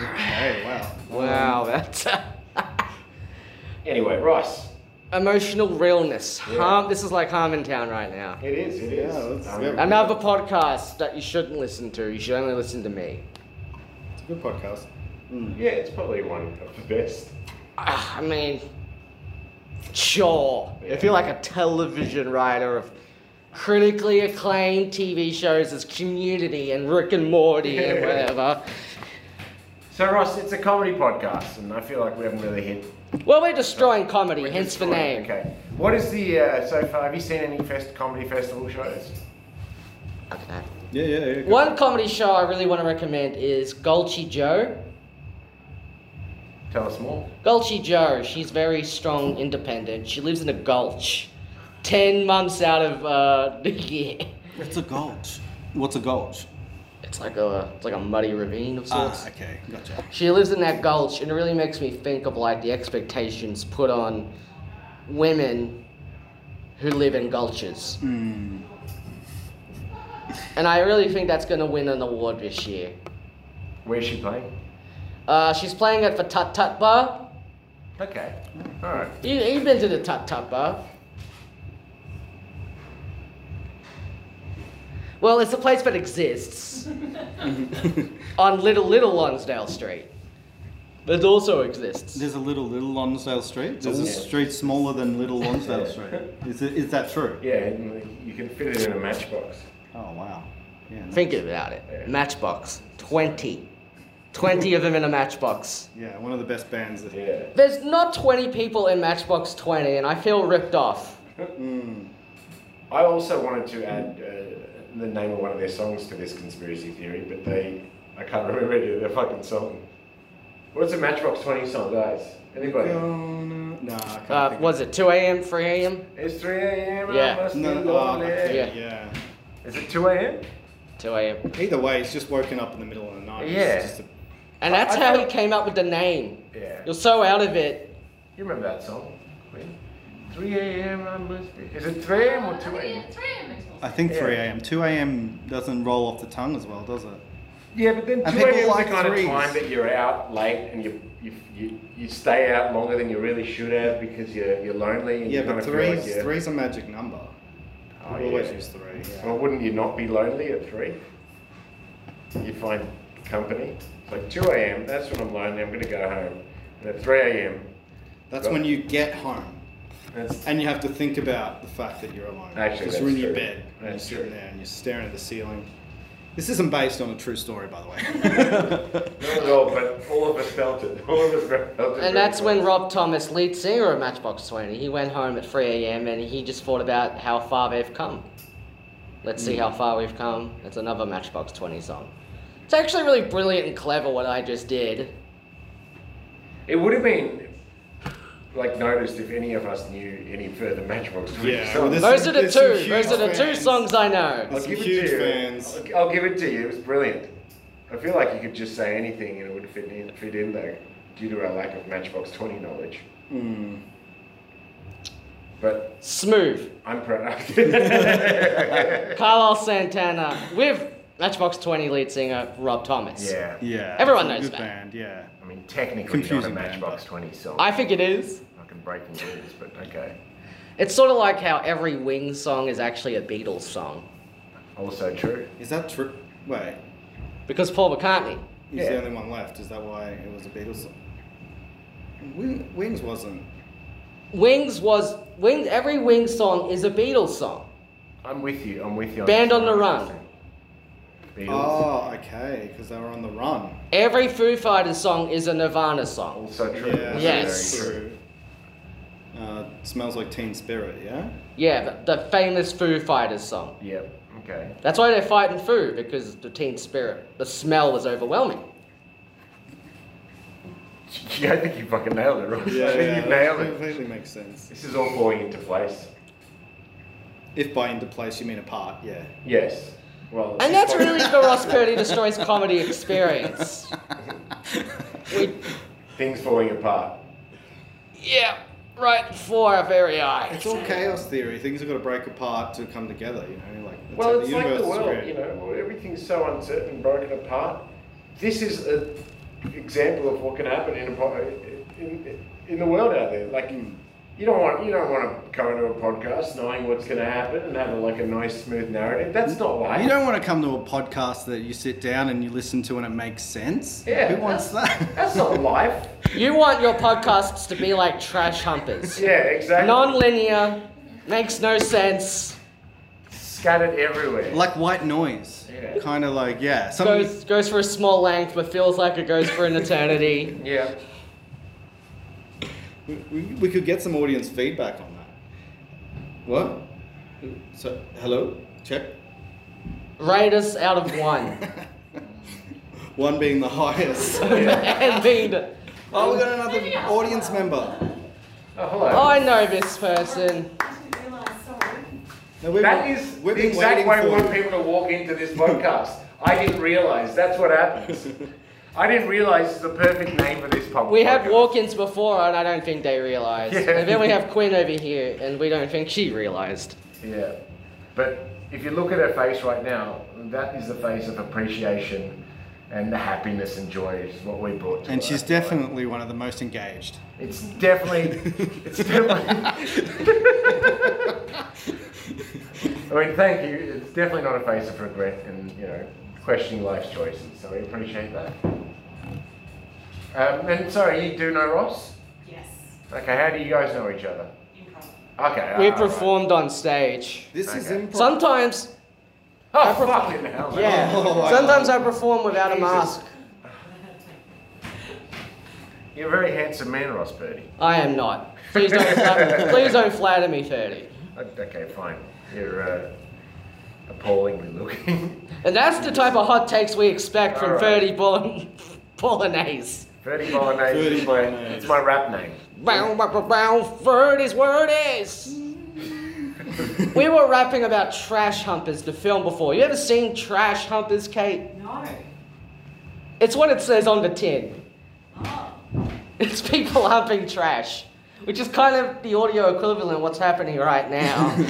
Speaker 4: okay, wow.
Speaker 2: Wow, that's.
Speaker 3: anyway, Ross?
Speaker 2: Emotional realness.
Speaker 3: Yeah.
Speaker 2: Harm. This is like Harm in Town right now.
Speaker 3: It is. It
Speaker 4: Yeah,
Speaker 3: is.
Speaker 4: that's-
Speaker 3: Um,
Speaker 4: yeah.
Speaker 2: Another podcast that you shouldn't listen to. You should only listen to me.
Speaker 4: It's a good podcast.
Speaker 3: yeah, it's probably one of the best.
Speaker 2: Ah, I mean, sure. If you're like a television writer of critically acclaimed TV shows as Community and Rick and Morty and whatever,
Speaker 3: So, Ross, it's a comedy podcast, and I feel like we haven't really hit.
Speaker 2: well, we're destroying comedy,
Speaker 3: we're
Speaker 2: hence the
Speaker 3: destroying-
Speaker 2: name.
Speaker 3: Okay. What is the uh, so far? Have you seen any fest comedy festival shows?
Speaker 2: Okay.
Speaker 4: Yeah, yeah, yeah. go
Speaker 2: One
Speaker 4: on.
Speaker 2: comedy show I really want to recommend is Gulchy Joe.
Speaker 3: Tell us more.
Speaker 2: Gulchy Joe, she's very strong, independent. She lives in a gulch, 10 months out of uh, the year.
Speaker 4: It's a gulch. What's a gulch?
Speaker 2: It's like a, it's like a muddy ravine of sorts.
Speaker 4: Ah, okay, gotcha.
Speaker 2: She lives in that gulch, and it really makes me think of like the expectations put on women who live in gulches. And I really think that's going to win an award this year.
Speaker 3: Where's she playing?
Speaker 2: Uh, she's playing at the Tut Tut Bar.
Speaker 3: Okay. All right.
Speaker 2: You, you've been to the Tut Tut Bar. Well, it's a place that exists on Little Little Lonsdale Street. But it also exists.
Speaker 4: There's a little Little Lonsdale Street. There's a
Speaker 3: Yeah.
Speaker 4: street smaller than Little Lonsdale
Speaker 3: Yeah.
Speaker 4: Street. Is, it, is that true?
Speaker 3: Yeah, and you can fit it in a matchbox.
Speaker 4: Oh wow. Yeah. no.
Speaker 2: Think about it.
Speaker 3: Yeah.
Speaker 2: Matchbox. 20. 20 of them in a matchbox.
Speaker 4: Yeah, one of the best bands. That,
Speaker 3: Yeah.
Speaker 2: There's not 20 people in matchbox 20, and I feel ripped off.
Speaker 4: Hmm.
Speaker 3: I also wanted to add uh, the name of one of their songs to this conspiracy theory, but they, I can't remember any of their fucking song. What's a Matchbox 20 song, guys? Anybody?
Speaker 4: Gonna- Nah, I can't
Speaker 2: Uh,
Speaker 4: think of-
Speaker 2: was it 2 a.m., 3 a.m.?
Speaker 3: It's 3 a.m.
Speaker 2: Yeah.
Speaker 3: I must be
Speaker 4: No, oh,
Speaker 3: lonely.
Speaker 4: okay,
Speaker 2: Yeah.
Speaker 4: yeah.
Speaker 3: Is it 2 a.m.?
Speaker 2: 2 a.m.
Speaker 4: Either way, it's just woken up in the middle of the night. It's
Speaker 3: Yeah.
Speaker 4: just a-
Speaker 2: And that's
Speaker 3: I
Speaker 2: how he
Speaker 3: thought-
Speaker 2: came up with the name.
Speaker 3: Yeah.
Speaker 2: You're so out of it.
Speaker 3: You remember that song? Queen? 3 a.m. I must be. Is it 3 a.m. or 2 a.m.?
Speaker 5: Three AM makes more
Speaker 4: I
Speaker 5: sense.
Speaker 4: think
Speaker 3: Yeah.
Speaker 4: 3 a.m. 2 a.m. doesn't roll off the tongue as well, does it?
Speaker 3: Yeah, but then
Speaker 4: And
Speaker 3: 2 a.m. is
Speaker 4: people
Speaker 3: the
Speaker 4: like
Speaker 3: kind
Speaker 4: threes.
Speaker 3: of time that you're out late and you, you, you, you stay out longer than you really should have because you're, you're lonely. And
Speaker 4: Yeah,
Speaker 3: you kind
Speaker 4: but
Speaker 3: of feel like
Speaker 4: three's,
Speaker 3: you're-
Speaker 4: three's a magic number.
Speaker 3: Oh,
Speaker 4: we always
Speaker 3: yeah. Oh,
Speaker 4: use three.
Speaker 3: Well, wouldn't you not be lonely at three? You find company. It's like two a.m. That's when I'm lonely. I'm going to go home. And at three a.m.
Speaker 4: That's when you get home
Speaker 3: That's
Speaker 4: and you have to think about the fact that you're alone.
Speaker 3: Actually,
Speaker 4: because you're in
Speaker 3: that's
Speaker 4: your
Speaker 3: true.
Speaker 4: bed and
Speaker 3: That's
Speaker 4: you're sitting
Speaker 3: true.
Speaker 4: there and you're staring at the ceiling. This isn't based on a true story, by the way.
Speaker 3: not at all. But all of us felt it. All of us felt it.
Speaker 2: And
Speaker 3: very
Speaker 2: that's when
Speaker 3: much.
Speaker 2: Rob Thomas, lead singer of Matchbox 20, he went home at 3 a.m. and he just thought about how far they've come. Let's see how far we've come. That's another Matchbox 20 song. It's actually really brilliant and clever what I just did.
Speaker 3: it would have been like noticed if any of us knew any further Matchbox. Twenty
Speaker 4: Yeah,
Speaker 3: songs.
Speaker 4: well, this-
Speaker 2: Those are the
Speaker 4: There's some
Speaker 2: two.
Speaker 4: huge
Speaker 2: Those are the two
Speaker 4: fans.
Speaker 2: songs I know.
Speaker 4: There's
Speaker 3: I'll
Speaker 4: some
Speaker 3: give it
Speaker 4: huge
Speaker 3: to you.
Speaker 4: fans.
Speaker 3: I'll, I'll give it to you. It was brilliant. I feel like you could just say anything and it would fit in, fit in though, due to our lack of Matchbox Twenty knowledge.
Speaker 4: Hmm.
Speaker 3: But
Speaker 2: Smooth.
Speaker 3: I'm proud. yeah.
Speaker 2: Carlos Santana with Matchbox 20 lead singer Rob Thomas.
Speaker 4: yeah.
Speaker 2: Everyone
Speaker 4: it's a
Speaker 2: knows
Speaker 4: good
Speaker 2: that.
Speaker 4: band, yeah.
Speaker 3: I mean, technically
Speaker 4: Confusing
Speaker 3: not a
Speaker 4: band,
Speaker 3: Matchbox
Speaker 4: but-
Speaker 3: 20 song.
Speaker 2: I think it is.
Speaker 3: Fucking breaking news, but okay.
Speaker 2: It's sort of like how every Wings song is actually a Beatles song
Speaker 3: Also true.
Speaker 4: Is that true? Wait,
Speaker 2: because Paul McCartney.
Speaker 4: he's
Speaker 3: Yeah.
Speaker 4: the only one left. Is that why it was a Beatles song? Wing- Wings wasn't.
Speaker 2: Wings was Wings. Every Wings song is a Beatles song.
Speaker 3: I'm with you. I'm with you.
Speaker 2: Band on the
Speaker 3: this.
Speaker 2: Run.
Speaker 3: Beatles.
Speaker 4: Oh, okay, because they were on the run.
Speaker 2: Every Foo Fighters song is a Nirvana song.
Speaker 3: Also true.
Speaker 4: Yeah,
Speaker 2: Yes.
Speaker 4: that's True. Uh, smells like Teen Spirit, yeah?
Speaker 2: Yeah, the, the famous Foo Fighters song.
Speaker 3: Yep. Okay.
Speaker 2: That's why they're fighting Foo because the teen spirit, the smell was overwhelming.
Speaker 3: Yeah, I think you fucking nailed it, right? I think you
Speaker 4: that
Speaker 3: nailed it.
Speaker 4: completely makes sense.
Speaker 3: This is all falling into place.
Speaker 4: If by into place you mean apart, yeah.
Speaker 3: Yes. Well.
Speaker 2: And that's really the Ross Purdy Destroys Comedy experience. We,
Speaker 3: Things falling apart.
Speaker 2: yeah, right before our very eyes.
Speaker 4: It's all chaos theory. Things have got to break apart to come together, you know? Like, that's how
Speaker 3: Well, it's like the
Speaker 4: universe is
Speaker 3: world,
Speaker 4: created.
Speaker 3: you know. Well, everything's so uncertain, broken apart. This is an example of what can happen in a po- in, in the world out there. Like,
Speaker 4: Hmm.
Speaker 3: you don't want you don't want to go into a podcast knowing what's going to happen and have like a nice smooth narrative. That's not life.
Speaker 4: You don't want to come to a podcast that you sit down and you listen to and it makes sense.
Speaker 3: Yeah,
Speaker 4: Who wants that?
Speaker 3: That's not life.
Speaker 2: You want your podcasts to be like trash humpers.
Speaker 3: Yeah, exactly.
Speaker 2: Non-linear, makes no sense,
Speaker 3: Scattered everywhere.
Speaker 4: like white noise.
Speaker 3: Yeah.
Speaker 4: Kind of like, yeah. Something,
Speaker 2: goes, goes for a small length but feels like it goes for an eternity.
Speaker 3: yeah.
Speaker 4: we, we, we could get some audience feedback on that. What? So, hello? Check.
Speaker 2: Rate us out of one.
Speaker 4: One being the highest.
Speaker 2: and then,
Speaker 4: oh, we got another audience member.
Speaker 3: Oh, hello.
Speaker 2: I know this person.
Speaker 4: No, we've
Speaker 3: That
Speaker 4: been-
Speaker 3: is
Speaker 4: we've
Speaker 3: the
Speaker 4: been
Speaker 3: exact
Speaker 4: waiting
Speaker 3: way we
Speaker 4: for
Speaker 3: want people to walk into this podcast. I didn't realize that's what happens. I didn't realize it's the perfect name for this podcast.
Speaker 2: We had walk-ins before, and I don't think they realised.
Speaker 3: Yeah.
Speaker 2: And then we have Quinn over here, and we don't think she realised.
Speaker 3: Yeah, but if you look at her face right now, that is the face of appreciation and the happiness and joy is what we brought. To
Speaker 4: And
Speaker 3: her.
Speaker 4: she's definitely one of the most engaged.
Speaker 3: It's definitely. It's definitely. I mean, thank you. It's definitely not a face of regret and, you know, questioning life's choices, so we appreciate that. Um, and sorry, you do know Ross?
Speaker 5: Yes.
Speaker 3: Okay, how do you guys know each other?
Speaker 5: Improv.
Speaker 3: Okay.
Speaker 2: We
Speaker 3: alright.
Speaker 2: performed on stage.
Speaker 4: This is
Speaker 3: Okay.
Speaker 4: improv.
Speaker 2: Sometimes,
Speaker 3: Oh, fucking hell.
Speaker 2: yeah.
Speaker 4: Oh, I-
Speaker 2: Sometimes I perform without a
Speaker 3: Jesus.
Speaker 2: mask.
Speaker 3: You're a very handsome man, Ross Purdy.
Speaker 2: I am not. Please don't. flatter, please don't flatter me, thirty.
Speaker 3: Okay, fine. You're uh, appallingly looking.
Speaker 2: And that's the type of hot takes we expect from
Speaker 3: Alright.
Speaker 2: thirty Bol- Bolognese.
Speaker 3: Ferdy Bolognese.
Speaker 4: Ferdy
Speaker 3: is my-
Speaker 4: Bolognese.
Speaker 3: It's my rap name.
Speaker 2: Bow, bow, bow, bow, Ferdy's word is. we were rapping about Trash Humpers, the film before. You ever seen Trash Humpers, Kate?
Speaker 5: No.
Speaker 2: It's what it says on the tin.
Speaker 5: Oh.
Speaker 2: It's people humping trash, which is kind of the audio equivalent of what's happening right now.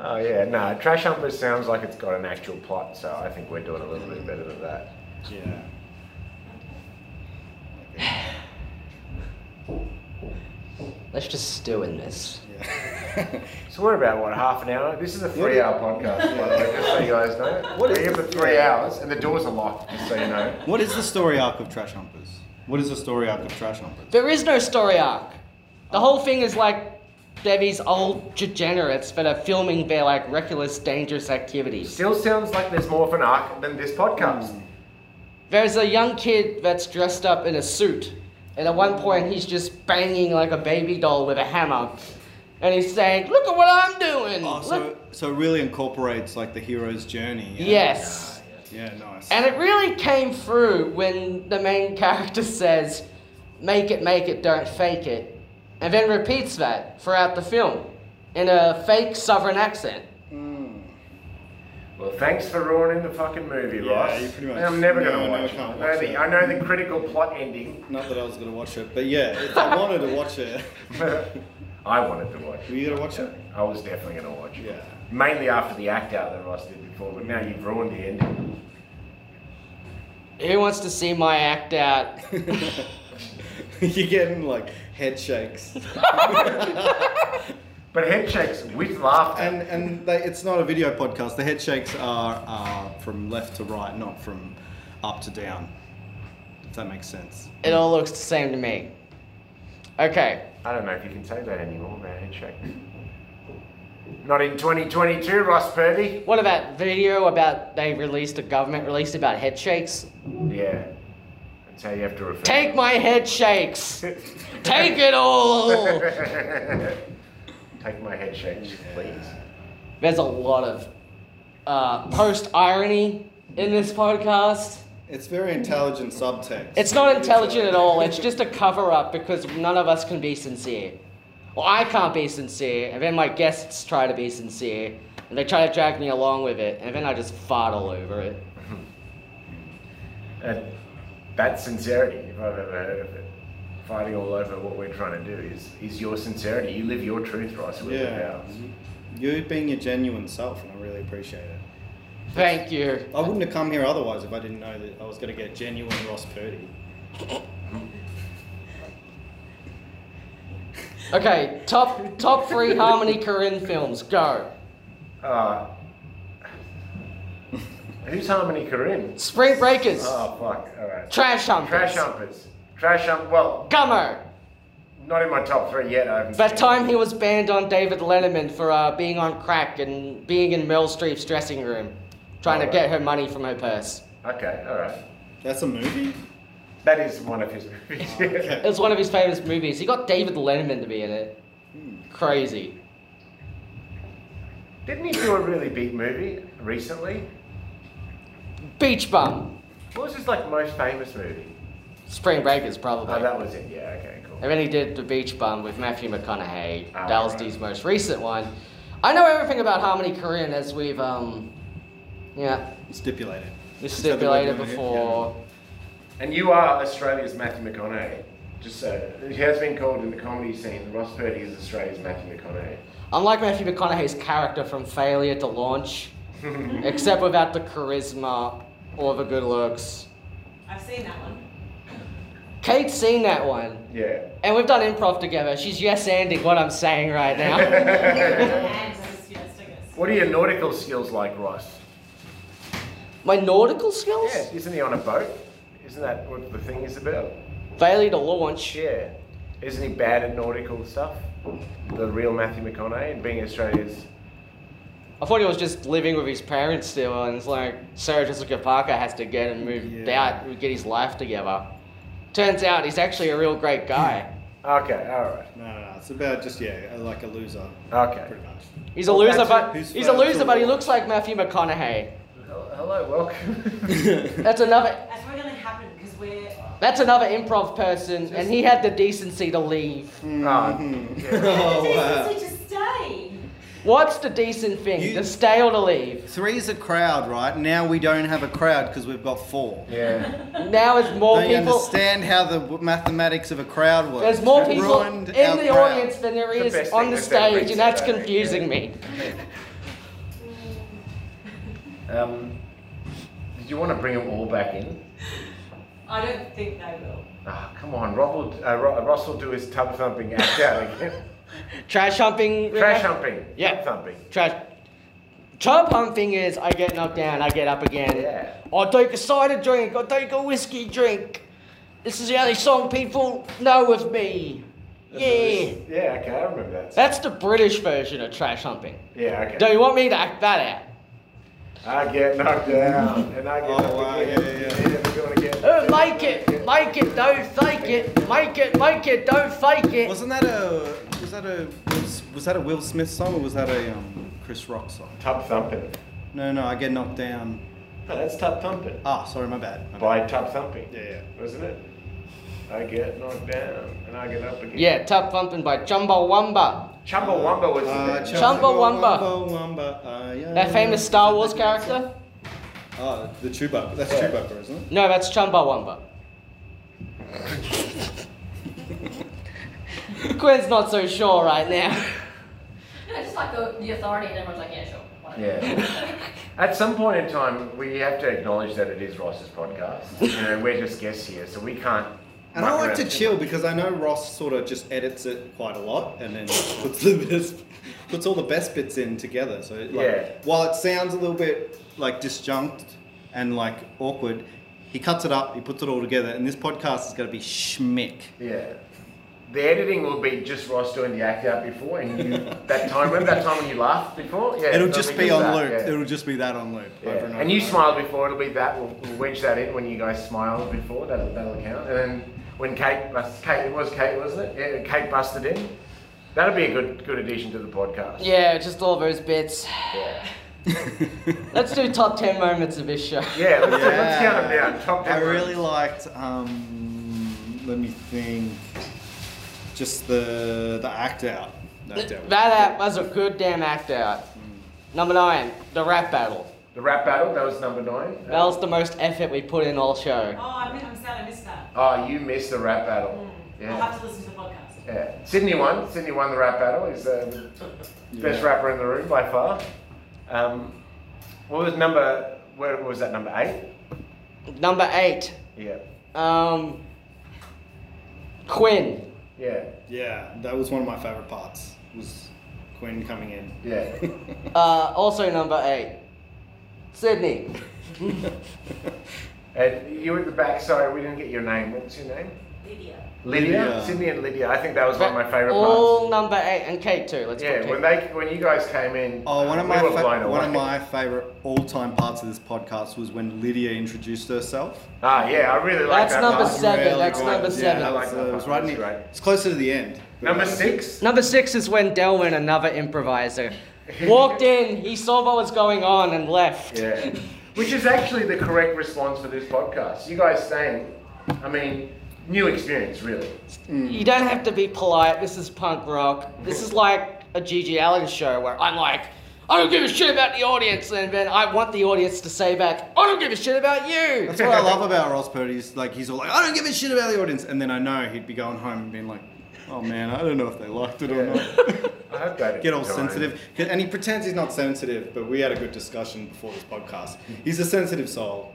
Speaker 3: oh yeah, no. Trash Humpers sounds like it's got an actual plot, so I think we're doing a little bit better than that.
Speaker 4: Yeah.
Speaker 2: Let's just stew in this.
Speaker 4: Yeah.
Speaker 3: So we're about what half an hour. This is a three-hour podcast, by the way, just so you guys know. we're
Speaker 4: What is
Speaker 3: here for
Speaker 4: it?
Speaker 3: three hours, and the doors are locked, just so you know.
Speaker 4: what is the story arc of Trash Humpers? What is the story arc of Trash Humpers?
Speaker 2: There is no story arc. The whole thing is like they're these old degenerates that are filming their like reckless, dangerous activities.
Speaker 3: Still sounds like there's more of an arc than this podcast.
Speaker 4: Hmm.
Speaker 2: There's a young kid that's dressed up in a suit, and at one point he's just banging like a baby doll with a hammer, and he's saying, "Look at what I'm doing."
Speaker 4: Oh,
Speaker 2: Look-
Speaker 4: so, so it really incorporates like the hero's journey. yeah?
Speaker 2: yes.
Speaker 4: Yeah, nice.
Speaker 2: And it really came through when the main character says, make it, make it, don't fake it, and then repeats that throughout the film in a fake southern accent.
Speaker 3: Well, thanks for ruining the fucking movie,
Speaker 4: Yeah,
Speaker 3: Ross.
Speaker 4: you pretty much-
Speaker 3: I'm never
Speaker 4: No,
Speaker 3: gonna
Speaker 4: no,
Speaker 3: watch
Speaker 4: I
Speaker 3: it.
Speaker 4: can't
Speaker 3: I know,
Speaker 4: watch
Speaker 3: the,
Speaker 4: it.
Speaker 3: I know the critical plot ending.
Speaker 4: Not that I was gonna watch it, but yeah, if I wanted to watch it.
Speaker 3: I wanted to watch.
Speaker 4: Were
Speaker 3: it.
Speaker 4: you gonna watch it?
Speaker 3: I was definitely gonna watch it.
Speaker 4: Yeah.
Speaker 3: Mainly after the act out that Ross did before, but now you've ruined the ending.
Speaker 2: Who wants to see my act out?
Speaker 4: You're getting like head shakes,
Speaker 3: But head shakes with laughter.
Speaker 4: and and they, it's not a video podcast. The head shakes are, are from left to right, not from up to down. If that makes sense.
Speaker 2: It all looks the same to me. Okay.
Speaker 3: I don't know if you can say that anymore, man. Check. Not in 2022, Ross Purdy.
Speaker 2: What about video about they released a government release about head shakes?
Speaker 3: Yeah. That's how you have to refer.
Speaker 2: Take my head shakes. Take it all.
Speaker 3: Take my head shakes, please.
Speaker 2: There's a lot of uh, post irony in this podcast.
Speaker 4: It's very intelligent subtext.
Speaker 2: It's not intelligent at all. It's just a cover up because none of us can be sincere. Well, I can't be sincere, and then my guests try to be sincere, and they try to drag me along with it, and then I just fart all over it.
Speaker 3: Uh, that's sincerity, if I've ever heard of it. Fighting all over what we're trying to do is, is your sincerity. You live your truth, Ross. We live
Speaker 4: Yeah.
Speaker 3: ours.
Speaker 4: You being your genuine self, and I really appreciate it.
Speaker 2: Thank you.
Speaker 4: I wouldn't have come here otherwise if I didn't know that I was going to get genuine Ross Purdy.
Speaker 2: Okay, top top three Harmony Korine films. Go.
Speaker 3: Uh, who's Harmony Korine?
Speaker 2: Spring Breakers.
Speaker 3: Oh, fuck. All right.
Speaker 2: Trash Humpers.
Speaker 3: Trash Humpers. Trash Hump. Well,
Speaker 2: Gummo.
Speaker 3: not in my top three yet. I haven't
Speaker 2: That
Speaker 3: seen
Speaker 2: time
Speaker 3: it.
Speaker 2: he was banned on David Letterman for uh, being on crack and being in Meryl Streep's dressing room, trying to
Speaker 3: Alright.
Speaker 2: get her money from her purse.
Speaker 3: Okay, all right.
Speaker 4: That's a movie?
Speaker 3: That is one of his movies.
Speaker 2: It was one of his famous movies. He got David Letterman to be in it. Crazy.
Speaker 3: Didn't he do a really big movie recently?
Speaker 2: Beach Bum.
Speaker 3: What was his like most famous movie?
Speaker 2: Spring Breakers, probably.
Speaker 3: Oh, that was it. Yeah. Okay. Cool.
Speaker 2: And then he did The Beach Bum with Matthew McConaughey.
Speaker 4: Oh,
Speaker 3: Ah,
Speaker 2: that was
Speaker 3: right.
Speaker 2: his most recent one. I know everything about Harmony Korine as we've, um, yeah,
Speaker 4: Stipulated.
Speaker 2: we
Speaker 4: that the word
Speaker 2: stipulated
Speaker 4: you wanna hear?
Speaker 2: before.
Speaker 3: And you are Australia's Matthew McConaughey. Just so he has been called in the comedy scene. Ross Purdy is Australia's Matthew McConaughey.
Speaker 2: Unlike Matthew McConaughey's character from Failure to Launch, except without the charisma or the good looks.
Speaker 7: I've seen that one.
Speaker 2: Kate's seen that one,
Speaker 3: Yeah.
Speaker 2: and we've done improv together. She's yes anding what I'm saying right now.
Speaker 7: And yes, yes, I guess.
Speaker 3: What are your nautical skills like, Ross?
Speaker 2: My nautical skills?
Speaker 3: Yeah. Isn't he on a boat? Isn't that what the thing is about?
Speaker 2: Failure to launch.
Speaker 3: Yeah. Isn't he bad at nautical stuff? The real Matthew McConaughey and being Australia's.
Speaker 2: I thought he was just living with his parents still, and it's like Sarah Jessica Parker has to get and move
Speaker 4: Yeah.
Speaker 2: out, get his life together. Turns out he's actually a real
Speaker 3: Hmm.
Speaker 2: great guy.
Speaker 3: Okay. All right.
Speaker 4: No, no, no. It's about just, yeah, like a loser,
Speaker 3: Okay.
Speaker 4: pretty much.
Speaker 2: He's a
Speaker 3: Well,
Speaker 2: loser,
Speaker 3: that's
Speaker 2: but
Speaker 4: it. Who's
Speaker 2: he's a loser,
Speaker 4: first?
Speaker 2: but he looks like Matthew McConaughey.
Speaker 3: Hel- Hello. Welcome.
Speaker 2: That's another.
Speaker 7: That's probably going to happen because we're.
Speaker 2: That's another improv person, and he had the decency to leave.
Speaker 3: Ah,
Speaker 4: oh,
Speaker 7: It's
Speaker 4: wow.
Speaker 7: easy to stay.
Speaker 2: What's the decent thing?
Speaker 4: You-
Speaker 2: to stay or to leave?
Speaker 4: Three's a crowd, right? Now we don't have a crowd because we've got four.
Speaker 3: yeah.
Speaker 2: Now is more
Speaker 4: Don't you
Speaker 2: people.
Speaker 4: understand how the w- mathematics of a crowd works?
Speaker 2: There's more
Speaker 4: It
Speaker 2: people in
Speaker 4: ruined
Speaker 2: the
Speaker 4: our crowd.
Speaker 2: audience than there
Speaker 3: The
Speaker 2: is
Speaker 3: best
Speaker 2: on
Speaker 3: thing
Speaker 2: the
Speaker 3: that's ever
Speaker 2: stage,
Speaker 3: been
Speaker 2: and that's
Speaker 3: said, I think,
Speaker 2: confusing
Speaker 3: yeah.
Speaker 2: me.
Speaker 3: Um, did you want to bring them all back in?
Speaker 7: I don't think they will.
Speaker 3: Ah, come on, Rob will, uh, Ro- Ross will do his tub thumping act out again.
Speaker 2: Trash humping.
Speaker 3: Trash
Speaker 2: Rebecca?
Speaker 3: humping.
Speaker 2: Yeah.
Speaker 3: Tub thumping.
Speaker 2: Trash. Tub humping is I get knocked down, I get up again.
Speaker 3: Yeah.
Speaker 2: I take a cider drink, I take a whiskey drink. This is the only song people know of me. Yeah.
Speaker 3: Yeah, okay, I remember that.
Speaker 2: That's the British version of trash humping.
Speaker 3: yeah, okay.
Speaker 2: Do you want me to act that out?
Speaker 3: I get knocked down and I get
Speaker 4: Oh,
Speaker 3: knocked
Speaker 4: wow,
Speaker 3: again.
Speaker 4: yeah, yeah,
Speaker 3: You're never gonna get-
Speaker 2: Oh, make it, make it, don't fake it, make it, make it, don't fake it.
Speaker 4: Wasn't that a was that a was, was that a Will Smith song or was that a um, Chris Rock song?
Speaker 3: Tub thumping.
Speaker 4: No, no, I get knocked down.
Speaker 3: No, that's tub thumping.
Speaker 4: Ah, sorry, my bad. My bad.
Speaker 3: By tub thumping.
Speaker 4: Yeah, yeah.
Speaker 3: Wasn't it? I get knocked down and I get up again.
Speaker 2: Yeah, Tub Thumping by Chumbawamba.
Speaker 3: Chumbawamba was
Speaker 4: Uh,
Speaker 3: the
Speaker 2: Chumbawamba.
Speaker 4: Chumbawamba, uh, yeah.
Speaker 3: Mm.
Speaker 2: That famous Star Wars character?
Speaker 4: Oh, the Chewbacca. That's
Speaker 3: Yeah.
Speaker 4: Chewbacca, isn't it?
Speaker 2: No, that's Chumbawamba. Quinn's not so sure right now.
Speaker 5: No, just like the, the authority, and everyone's like, yeah, sure. whatever.
Speaker 3: Yeah. At some point in time, we have to acknowledge that it is Ross's podcast. You know, we're just guests here, so we can't.
Speaker 4: And I
Speaker 3: muck
Speaker 4: like
Speaker 3: around
Speaker 4: to
Speaker 3: too
Speaker 4: chill
Speaker 3: much.
Speaker 4: because I know Ross sort of just edits it quite a lot and then puts the best, puts all the best bits in together. So like,
Speaker 3: Yeah.
Speaker 4: while it sounds a little bit like disjunct and like awkward, He cuts it up, he puts it all together, and this podcast is going to be schmick.
Speaker 3: Yeah. The editing will be just Ross doing the act out before, and you, that time. Remember that time when you laughed before? Yeah.
Speaker 4: It'll just be on loop.
Speaker 3: Yeah.
Speaker 4: It'll just be that on loop.
Speaker 3: Yeah.
Speaker 4: Over and, over
Speaker 3: And you
Speaker 4: over.
Speaker 3: smiled before. It'll be that. We'll, we'll wedge that in when you guys smiled before. That'll, that'll count. And then when Kate, bust, Kate, it was Kate, wasn't it? Yeah. Kate busted in. That'll be a good, good addition to the podcast.
Speaker 2: Yeah, just all those bits.
Speaker 3: Yeah.
Speaker 2: Let's do top 10 moments of this show.
Speaker 3: Yeah. Let's, let's
Speaker 4: Yeah.
Speaker 3: count them down. Top
Speaker 4: I
Speaker 3: ten
Speaker 4: really
Speaker 3: moments.
Speaker 4: liked. Um, let me think. Just the the act out. That
Speaker 2: Th-
Speaker 4: dealt
Speaker 2: That app was a good damn act out. Number nine, the rap battle.
Speaker 3: the rap battle. That was number nine.
Speaker 2: That was the most effort we put in all show.
Speaker 7: Oh, I mean, I'm sad I missed that.
Speaker 3: Oh, you missed the rap battle. Yeah.
Speaker 7: Mm. I'll have to listen to the podcast.
Speaker 3: Yeah. Sydney won. Sydney won the rap battle. He's the best rapper in the room by far. Um, what was number? Where what was that? Number eight.
Speaker 2: Number eight,
Speaker 3: Yeah.
Speaker 2: um, Quinn.
Speaker 3: Yeah.
Speaker 4: with. Yeah, that was one of my favorite parts. Was Quinn coming in.
Speaker 3: Yeah.
Speaker 2: Uh, also number eight, Sydney.
Speaker 3: And you were at the back. Sorry, we didn't get your name. What was your name?
Speaker 7: Lydia.
Speaker 3: Lydia.
Speaker 4: Lydia.
Speaker 3: Sydney and Lydia. I think that was one of my favorite parts.
Speaker 2: all number eight and Kate too. Let's
Speaker 3: Yeah.
Speaker 2: put Kate.
Speaker 3: When they when you guys came in.
Speaker 4: Oh, one of
Speaker 3: we
Speaker 4: my
Speaker 3: were
Speaker 4: fa-
Speaker 3: blown away.
Speaker 4: one of my favorite all time parts of this podcast was when Lydia introduced herself.
Speaker 3: Ah, yeah. I really like
Speaker 2: That's
Speaker 3: that.
Speaker 2: number
Speaker 3: part.
Speaker 2: seven.
Speaker 4: Really
Speaker 2: that's
Speaker 4: good.
Speaker 2: number
Speaker 4: Yeah,
Speaker 2: seven.
Speaker 3: I
Speaker 4: that
Speaker 3: like
Speaker 4: was,
Speaker 3: that
Speaker 4: uh, it
Speaker 3: part.
Speaker 4: was right near-
Speaker 3: That's right.
Speaker 4: It's closer to the end.
Speaker 3: Number six.
Speaker 2: Number six is when Delwyn, another improviser, walked in, he saw what was going on and left.
Speaker 3: Yeah. Which is actually the correct response for this podcast. You guys saying, I mean, new experience, really.
Speaker 2: You don't have to be polite. This is punk rock. This is like a Gigi Allen show where I'm like, I don't give a shit about the audience, and then I want the audience to say back, I don't give a shit about you.
Speaker 4: That's what I love about Ross Purdy. Is like he's all like, I don't give a shit about the audience, and then I know he'd be going home and being like, Oh man, I don't know if they liked it or not.
Speaker 3: I hope that
Speaker 4: Get all sensitive, and he pretends he's not sensitive. But we had a good discussion before this podcast. He's a sensitive soul.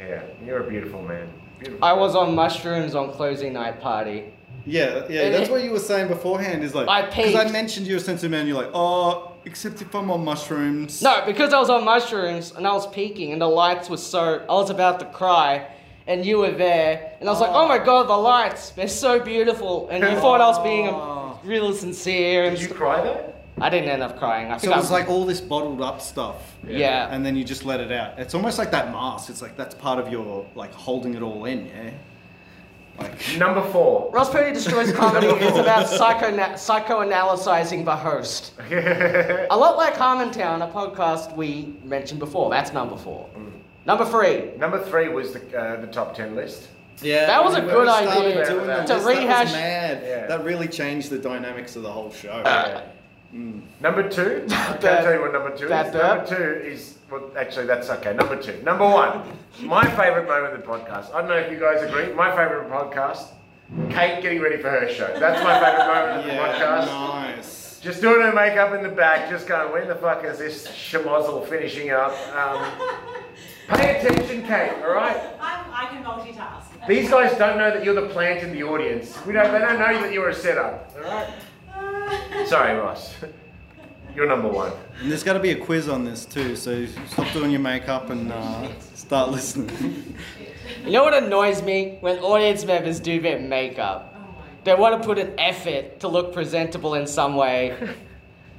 Speaker 3: Yeah, you're a beautiful man. Beautiful.
Speaker 2: I was on mushrooms on closing night party.
Speaker 4: Yeah, yeah, that's what you were saying beforand. Is like,
Speaker 2: I
Speaker 4: because I
Speaker 2: peaked.
Speaker 4: mentioned you're a sensitive man. You're like, oh, except if I'm on mushrooms.
Speaker 2: No, because I was on mushrooms and I was peeking and the lights were so I was about to cry and you were there and I was like, Oh my god, the lights, they're so beautiful and you thought I was being
Speaker 4: Oh.
Speaker 2: a, real sincere and
Speaker 3: Did you
Speaker 2: st-
Speaker 3: cry though?
Speaker 2: I didn't end up crying. I
Speaker 4: So
Speaker 2: think
Speaker 4: it
Speaker 2: I
Speaker 4: was like all this bottled up stuff.
Speaker 2: Yeah.
Speaker 4: And then you just let it out. It's almost like that mask. It's like that's part of your like holding it all in, yeah. Like
Speaker 3: Number four.
Speaker 2: Ross Perot Destroys Comedy is about psychona- psychoanalyzing the host. a lot like Harmontown, a podcast we mentioned before. That's number four.
Speaker 4: Mm.
Speaker 2: Number three,
Speaker 3: Number three was the, uh, the top ten list.
Speaker 4: Yeah.
Speaker 2: That was a
Speaker 4: when
Speaker 2: good
Speaker 4: we started
Speaker 3: idea.
Speaker 4: doing that
Speaker 3: To
Speaker 4: list, that was
Speaker 2: rehash-
Speaker 4: mad.
Speaker 3: Yeah.
Speaker 4: That really changed the dynamics of the whole show.
Speaker 2: Uh,
Speaker 3: Yeah. Number two. I
Speaker 2: Bad-
Speaker 3: can't tell you what number two
Speaker 2: bad
Speaker 3: is. Number two is well, actually that's okay. Number two. Number one. My favorite moment of the podcast. I don't know if you guys agree. My favorite podcast. Kate getting ready for her show. That's my favorite moment of the podcast.
Speaker 4: nice.
Speaker 3: Just doing her makeup in the back, just going, when the fuck is this schmozzle finishing up? Um, pay attention, Kate, alright?
Speaker 7: I'm, I can multitask.
Speaker 3: These guys don't know that you're the plant in the audience. We don't, they don't know that you're a setup, alright? Sorry, Ross. You're number one.
Speaker 4: And there's got to be a quiz on this too, so stop doing your makeup and uh, start listening.
Speaker 2: You know what annoys me? When audience members do their makeup. They want to put an effort to look presentable in some way.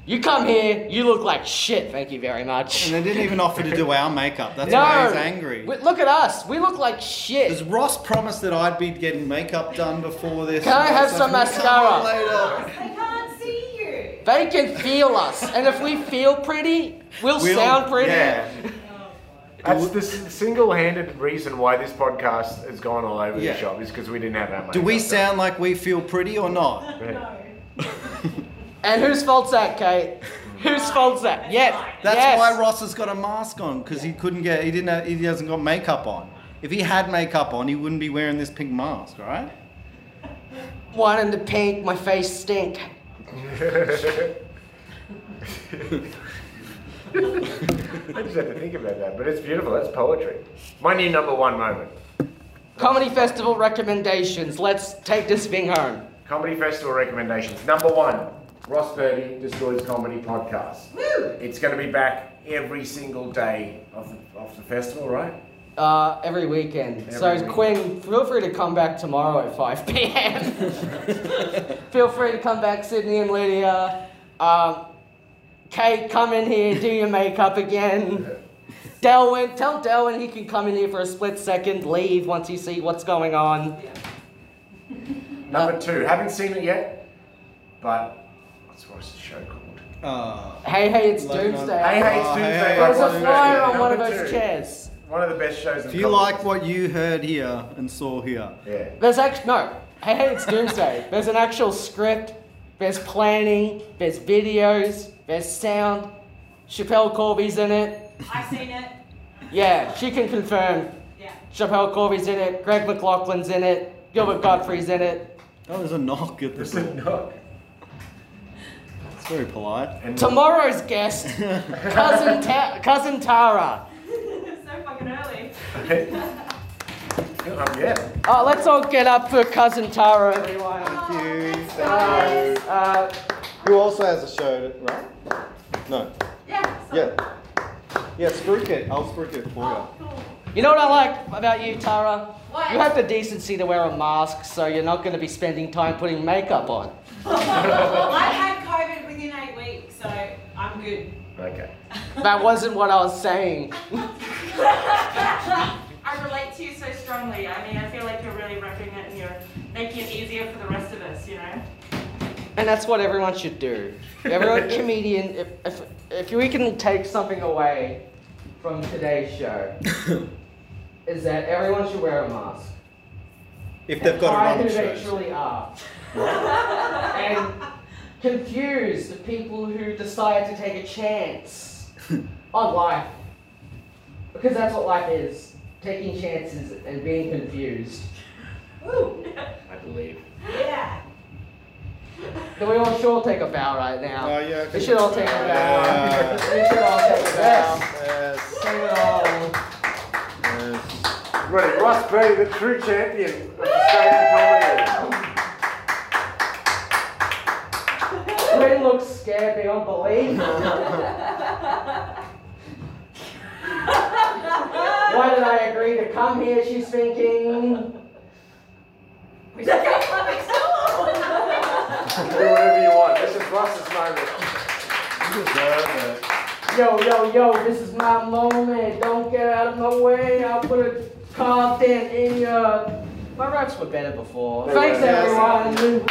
Speaker 2: You come here, you look like shit, thank you very much.
Speaker 4: and they didn't even offer to do our makeup. That's
Speaker 2: no!
Speaker 4: why he's angry.
Speaker 2: We- look at us, we look like
Speaker 4: Because
Speaker 2: shit.
Speaker 4: Ross promised that I'd be getting makeup done before this.
Speaker 2: Can I have some
Speaker 4: Come on
Speaker 2: mascara?
Speaker 4: later.
Speaker 7: They can't see you.
Speaker 2: They can feel us, and if we feel pretty, we'll,
Speaker 4: We'll-
Speaker 2: sound pretty.
Speaker 3: Yeah. That's the s- single-handed reason why this podcast has gone all over
Speaker 4: Yeah.
Speaker 3: the shop is because we didn't have that.
Speaker 4: Do we sound like we feel pretty or not?
Speaker 7: No.
Speaker 2: And whose fault's that, Kate? Whose fault's that? Yes.
Speaker 4: That's
Speaker 2: yes.
Speaker 4: why Ross has got a mask on because he couldn't get. He didn't. Have, he hasn't got makeup on. If he had makeup on, he wouldn't be wearing this pink mask, right?
Speaker 2: One in the pink, my face stink.
Speaker 3: I just had to think about that, but it's beautiful. That's poetry. My new number one moment.
Speaker 2: Comedy festival recommendations. Let's take this thing home.
Speaker 3: Comedy Festival recommendations. Number one, Ross Birdie Destroys Comedy Podcast. It's going to be back every single day of the, of the festival, right?
Speaker 2: Uh, every weekend. so,
Speaker 3: Every week.
Speaker 2: Quinn, feel free to come back tomorrow at 5 p.m. feel free to come back, Sydney and Lydia. Um, Kate, come in here, do your makeup again. Delwyn, tell Delwyn he can come in here for a split second, leave once you see what's going on.
Speaker 3: Number two, haven't seen it yet, but what's what's the show called?
Speaker 4: Uh,
Speaker 2: Hey, hey, it's
Speaker 4: Late night.
Speaker 2: Doomsday.
Speaker 3: um, Hey, hey, it's
Speaker 4: Oh, hey,
Speaker 3: Tuesday.
Speaker 4: hey,
Speaker 2: There's a
Speaker 4: Doomsday.
Speaker 2: fire on one of
Speaker 3: Number
Speaker 2: those
Speaker 3: two.
Speaker 2: chairs.
Speaker 3: One of the best shows. in
Speaker 4: if you
Speaker 3: comedy.
Speaker 4: like what you heard here and saw here,
Speaker 3: yeah,
Speaker 2: There's actually no. Hey, hey, it's Doomsday. There's an actual script. There's planning. There's videos. There's sound. Chappelle Corby's in it.
Speaker 7: I've seen it.
Speaker 2: Yeah, she can confirm.
Speaker 7: Yeah.
Speaker 2: Chappelle Corby's in it. Greg McLaughlin's in it. Gilbert Godfrey's in it.
Speaker 4: oh, there's a knock at the
Speaker 3: this is
Speaker 4: door.
Speaker 3: not.
Speaker 4: It's very polite.
Speaker 3: And
Speaker 2: Tomorrow's guest, cousin Ta- cousin Tara.
Speaker 7: It's so fucking early.
Speaker 3: Um, yeah.
Speaker 2: Oh, let's all get up for cousin Tara, everyone.
Speaker 4: Thank you.
Speaker 2: Uh,
Speaker 4: Who also has a show, right? No.
Speaker 5: Yeah. so-
Speaker 4: Yeah. Yeah, spruik it. I'll spruik it for you.
Speaker 5: Oh, cool.
Speaker 2: you know what I like about you, Tara?
Speaker 5: What?
Speaker 2: You have the decency to wear a mask, so you're not going to be spending time putting makeup on.
Speaker 7: I had COVID within eight weeks, so I'm good.
Speaker 3: Okay.
Speaker 2: That wasn't what I was saying.
Speaker 7: I relate to you so strongly. I mean, I feel like you're really repping it and you're making it easier for the rest of us, you know?
Speaker 2: And that's what everyone should do. Everyone, comedian, if, if, if we can take something away from today's show, is that everyone should wear a mask.
Speaker 4: If they've got a
Speaker 2: Hide
Speaker 4: rubber
Speaker 2: who they
Speaker 4: show.
Speaker 2: truly are. and confuse the people who decide to take a chance on life. Because that's what life is taking chances and being confused.
Speaker 7: Woo!
Speaker 3: I believe.
Speaker 7: Yeah.
Speaker 2: Can we all sure take a bow right now?
Speaker 4: Oh, yeah,
Speaker 2: We
Speaker 4: okay.
Speaker 2: should all take a bow.
Speaker 4: Yeah.
Speaker 2: We should all take a bow.
Speaker 4: Yes,
Speaker 2: Take it all.
Speaker 4: yes.
Speaker 3: Right, Ross Perry, the true champion of Australian comedy.
Speaker 2: Quinn looks scared beyond belief. Why did I agree to come here? She's thinking.
Speaker 3: You can do whatever you want. This is Ross's moment.
Speaker 4: You deserve it.
Speaker 2: Yo, yo, yo, this is my moment. Don't get out of my way. I'll put a content in your. My raps were better before.
Speaker 3: They
Speaker 2: Thanks,
Speaker 3: were.
Speaker 2: everyone.